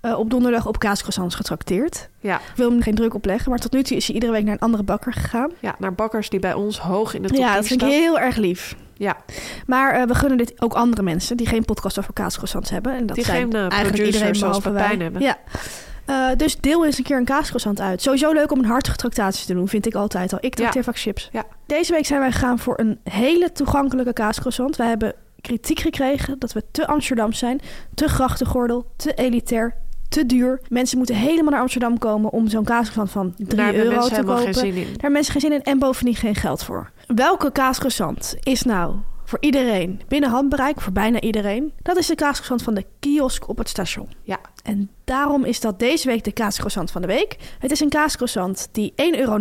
Speaker 2: eh, op donderdag op kaascroissants getrakteerd.
Speaker 1: Ja.
Speaker 2: Ik wil hem geen druk opleggen, maar tot nu toe is hij iedere week naar een andere bakker gegaan.
Speaker 1: ja, naar bakkers die bij ons hoog in de top
Speaker 2: Ja, dat
Speaker 1: 10
Speaker 2: vind ik
Speaker 1: staan.
Speaker 2: heel erg lief.
Speaker 1: Ja,
Speaker 2: Maar eh, we gunnen dit ook andere mensen die geen podcast over kaascroissants hebben. En dat
Speaker 1: Die
Speaker 2: zijn
Speaker 1: geen, eh,
Speaker 2: eigenlijk
Speaker 1: producers
Speaker 2: iedereen
Speaker 1: zoals
Speaker 2: behalve
Speaker 1: Pepijn
Speaker 2: wij.
Speaker 1: hebben.
Speaker 2: Ja. Eh, dus deel eens een keer een kaascroissant uit. Sowieso leuk om een hartige tractatie te doen, vind ik altijd al. Ik trakteer vaak chips.
Speaker 1: Ja.
Speaker 2: Deze week zijn wij gegaan voor een hele toegankelijke kaascroissant. Wij hebben kritiek gekregen dat we te Amsterdam zijn, te grachtengordel, te elitair, te duur. Mensen moeten helemaal naar Amsterdam komen om zo'n kaascroissant van 3
Speaker 1: daar hebben
Speaker 2: euro
Speaker 1: mensen
Speaker 2: te
Speaker 1: helemaal
Speaker 2: kopen.
Speaker 1: geen zin in.
Speaker 2: Daar hebben mensen geen zin in en bovendien geen geld voor. Welke kaascroissant is nou voor iedereen binnen handbereik, voor bijna iedereen? Dat is de kaascroissant van de kiosk op het station.
Speaker 1: Ja,
Speaker 2: En daarom is dat deze week de kaascroissant van de week. Het is een kaascroissant die 1,90 euro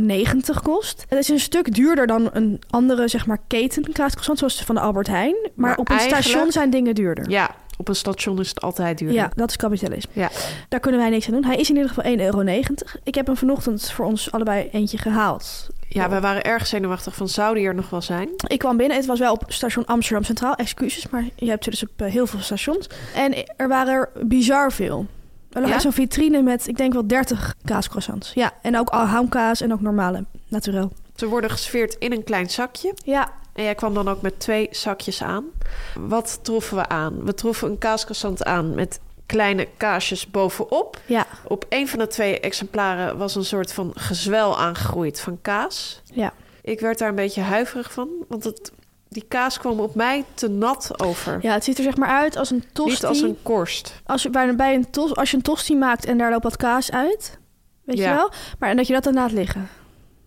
Speaker 2: kost. Het is een stuk duurder dan een andere zeg maar, keten kaascroissant, zoals van de Albert Heijn. Maar,
Speaker 1: Maar
Speaker 2: op een
Speaker 1: eigenlijk-
Speaker 2: station zijn dingen duurder.
Speaker 1: ja, op een station is het altijd duurder.
Speaker 2: Ja, dat is kapitalisme.
Speaker 1: Ja.
Speaker 2: Daar kunnen wij niks aan doen. Hij is in ieder geval 1,90 euro. Ik heb hem vanochtend voor ons allebei eentje gehaald.
Speaker 1: Ja, we waren erg zenuwachtig van, zou die er nog wel zijn?
Speaker 2: Ik kwam binnen. Het was wel op station Amsterdam Centraal. Excuses, maar je hebt ze dus op eh, heel veel stations. En er waren er bizar veel. Er lag
Speaker 1: Ja?
Speaker 2: echt zo'n vitrine met, ik denk wel 30 kaascroissants. Ja, en ook al hamkaas en ook normale, naturel.
Speaker 1: Ze worden gesfeerd in een klein zakje.
Speaker 2: Ja,
Speaker 1: En jij kwam dan ook met twee zakjes aan. Wat troffen we aan? We troffen een kaascassant aan met kleine kaasjes bovenop.
Speaker 2: ja,
Speaker 1: Op een van de twee exemplaren was een soort van gezwel aangegroeid van kaas.
Speaker 2: ja.
Speaker 1: Ik werd daar een beetje huiverig van, want het, die kaas kwam op mij te nat over.
Speaker 2: Ja, het ziet er zeg maar uit als een tosti.
Speaker 1: Niet als een korst.
Speaker 2: als, je, bij, bij een tos, als je een tosti maakt en daar loopt wat kaas uit. Weet
Speaker 1: Ja.
Speaker 2: je wel? Maar en dat je dat dan laat liggen.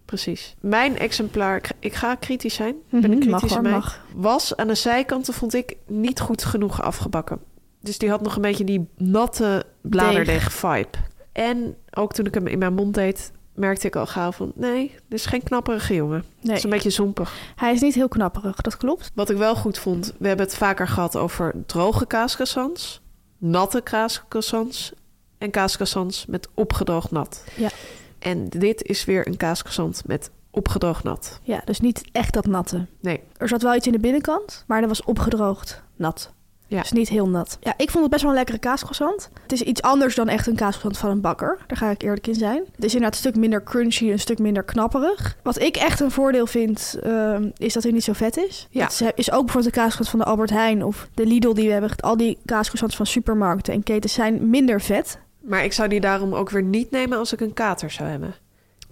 Speaker 1: Precies. Mijn exemplaar, ik- ik ga kritisch zijn, ben
Speaker 2: Mhm,
Speaker 1: ik
Speaker 2: mag
Speaker 1: kritisch
Speaker 2: hoor,
Speaker 1: mij,
Speaker 2: mag.
Speaker 1: was aan de zijkanten, vond ik, niet goed genoeg afgebakken. Dus die had nog een beetje die natte bladerdeeg vibe. En ook toen ik hem in mijn mond deed, merkte ik al gauw van... nee, dit is geen knapperige jongen. Het
Speaker 2: Nee,
Speaker 1: is een beetje zompig.
Speaker 2: hij is niet heel knapperig, dat klopt.
Speaker 1: Wat ik wel goed vond... we hebben het vaker gehad over droge kaascassans... natte kaascassans... en kaascassans met opgedroogd nat.
Speaker 2: Ja.
Speaker 1: En dit is weer een kaascassant met opgedroogd nat.
Speaker 2: Ja, dus niet echt dat natte.
Speaker 1: Nee.
Speaker 2: Er zat wel iets in de binnenkant, maar dat was opgedroogd, nat.
Speaker 1: Ja.
Speaker 2: Dus niet heel nat. Ja, ik vond het best wel een lekkere kaascroissant. Het is iets anders dan echt een kaascroissant van een bakker. Daar ga ik eerlijk in zijn. Het is inderdaad een stuk minder crunchy, een stuk minder knapperig. Wat ik echt een voordeel vind, ehm, is dat hij niet zo vet is.
Speaker 1: Ja.
Speaker 2: Dat is eh, is ook bijvoorbeeld de kaascroissant van de Albert Heijn of de Lidl die we hebben. Al die kaascroissants van supermarkten en ketens zijn minder vet.
Speaker 1: Maar ik zou die daarom ook weer niet nemen als ik een kater zou hebben. Ik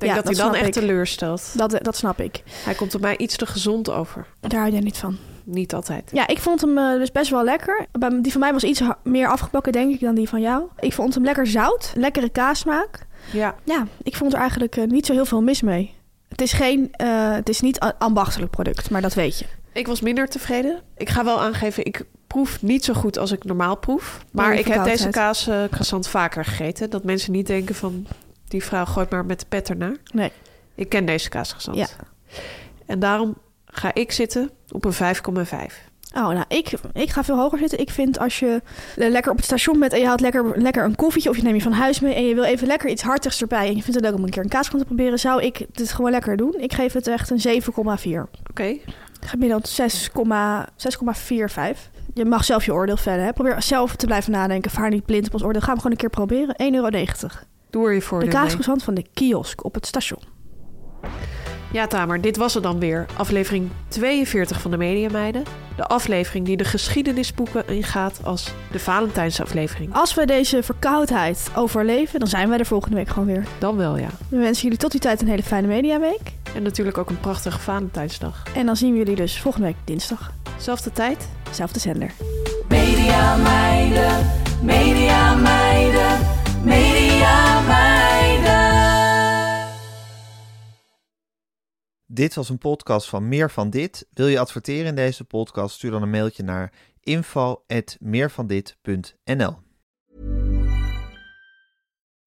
Speaker 1: denk
Speaker 2: Ja,
Speaker 1: dat,
Speaker 2: dat
Speaker 1: hij dan
Speaker 2: snap
Speaker 1: echt
Speaker 2: ik.
Speaker 1: teleurstelt.
Speaker 2: Dat, eh, dat snap ik.
Speaker 1: Hij komt op mij iets te gezond over.
Speaker 2: Daar hou jij niet van.
Speaker 1: Niet altijd.
Speaker 2: Ja, ik vond hem eh, dus best wel lekker. Bij- Die van mij was iets ha- meer afgebakken, denk ik, dan die van jou. Ik vond hem lekker zout, lekkere kaasmaak.
Speaker 1: Ja.
Speaker 2: Ja, ik vond er eigenlijk eh, niet zo heel veel mis mee. Het is, geen, eh, het is niet a- ambachtelijk product, maar dat weet je.
Speaker 1: Ik was minder tevreden. Ik ga wel aangeven, ik proef niet zo goed als ik normaal proef. Maar
Speaker 2: je
Speaker 1: ik heb deze
Speaker 2: verkoudheid.
Speaker 1: kaas eh, croissant vaker gegeten. Dat mensen niet denken van, die vrouw gooit maar met de pet ernaar.
Speaker 2: Nee.
Speaker 1: Ik ken deze kaas croissant.
Speaker 2: Ja.
Speaker 1: En daarom ga ik zitten op een 5,5.
Speaker 2: Oh, nou, ik, ik ga veel hoger zitten. Ik vind als je eh, lekker op het station bent en je haalt lekker, lekker een koffietje... of je neemt je van huis mee en je wil even lekker iets hartigs erbij... en je vindt het leuk om een keer een kaaskrant te proberen... zou ik dit gewoon lekker doen. Ik geef het echt een 7,4.
Speaker 1: Oké.
Speaker 2: gemiddeld 6,445. Je mag zelf je oordeel vellen. Hè? Probeer zelf te blijven nadenken. Vaar niet blind op ons oordeel. Ga hem gewoon een keer proberen. 1,90 euro. De
Speaker 1: Doe er je voordeel mee.
Speaker 2: kaasgezant van de kiosk op het station.
Speaker 1: Ja, Tamer, dit was het dan weer. Aflevering 42 van de Mediameiden. De aflevering die de geschiedenisboeken ingaat als de Valentijnsaflevering.
Speaker 2: Als we deze verkoudheid overleven, dan zijn wij er volgende week gewoon weer.
Speaker 1: Dan wel, ja.
Speaker 2: We wensen jullie tot die tijd een hele fijne mediaweek.
Speaker 1: En natuurlijk ook een prachtige Valentijnsdag.
Speaker 2: En dan zien we jullie dus volgende week dinsdag.
Speaker 1: Zelfde tijd.
Speaker 2: Zelfde zender.
Speaker 3: Media meiden, media meiden, media meiden.
Speaker 4: Dit was een podcast van Meer van Dit. Wil je adverteren in deze podcast? Stuur dan een mailtje naar info@meervandit.nl.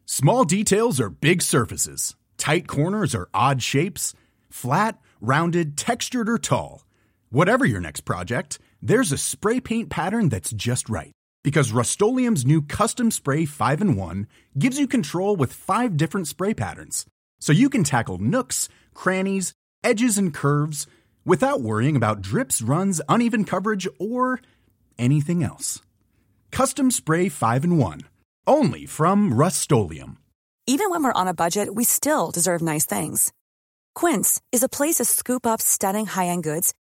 Speaker 5: Small details are big surfaces. Tight corners are odd shapes. Flat, rounded, textured, or tall. Whatever your next project, there's a spray paint pattern that's just right. Because Rust new Custom Spray 5 in 1 gives you control with five different spray patterns. So you can tackle nooks, crannies, edges, and curves without worrying about drips, runs, uneven coverage, or anything else. Custom Spray 5 in 1. Only from Rust
Speaker 6: Even when we're on a budget, we still deserve nice things. Quince is a place to scoop up stunning high-end goods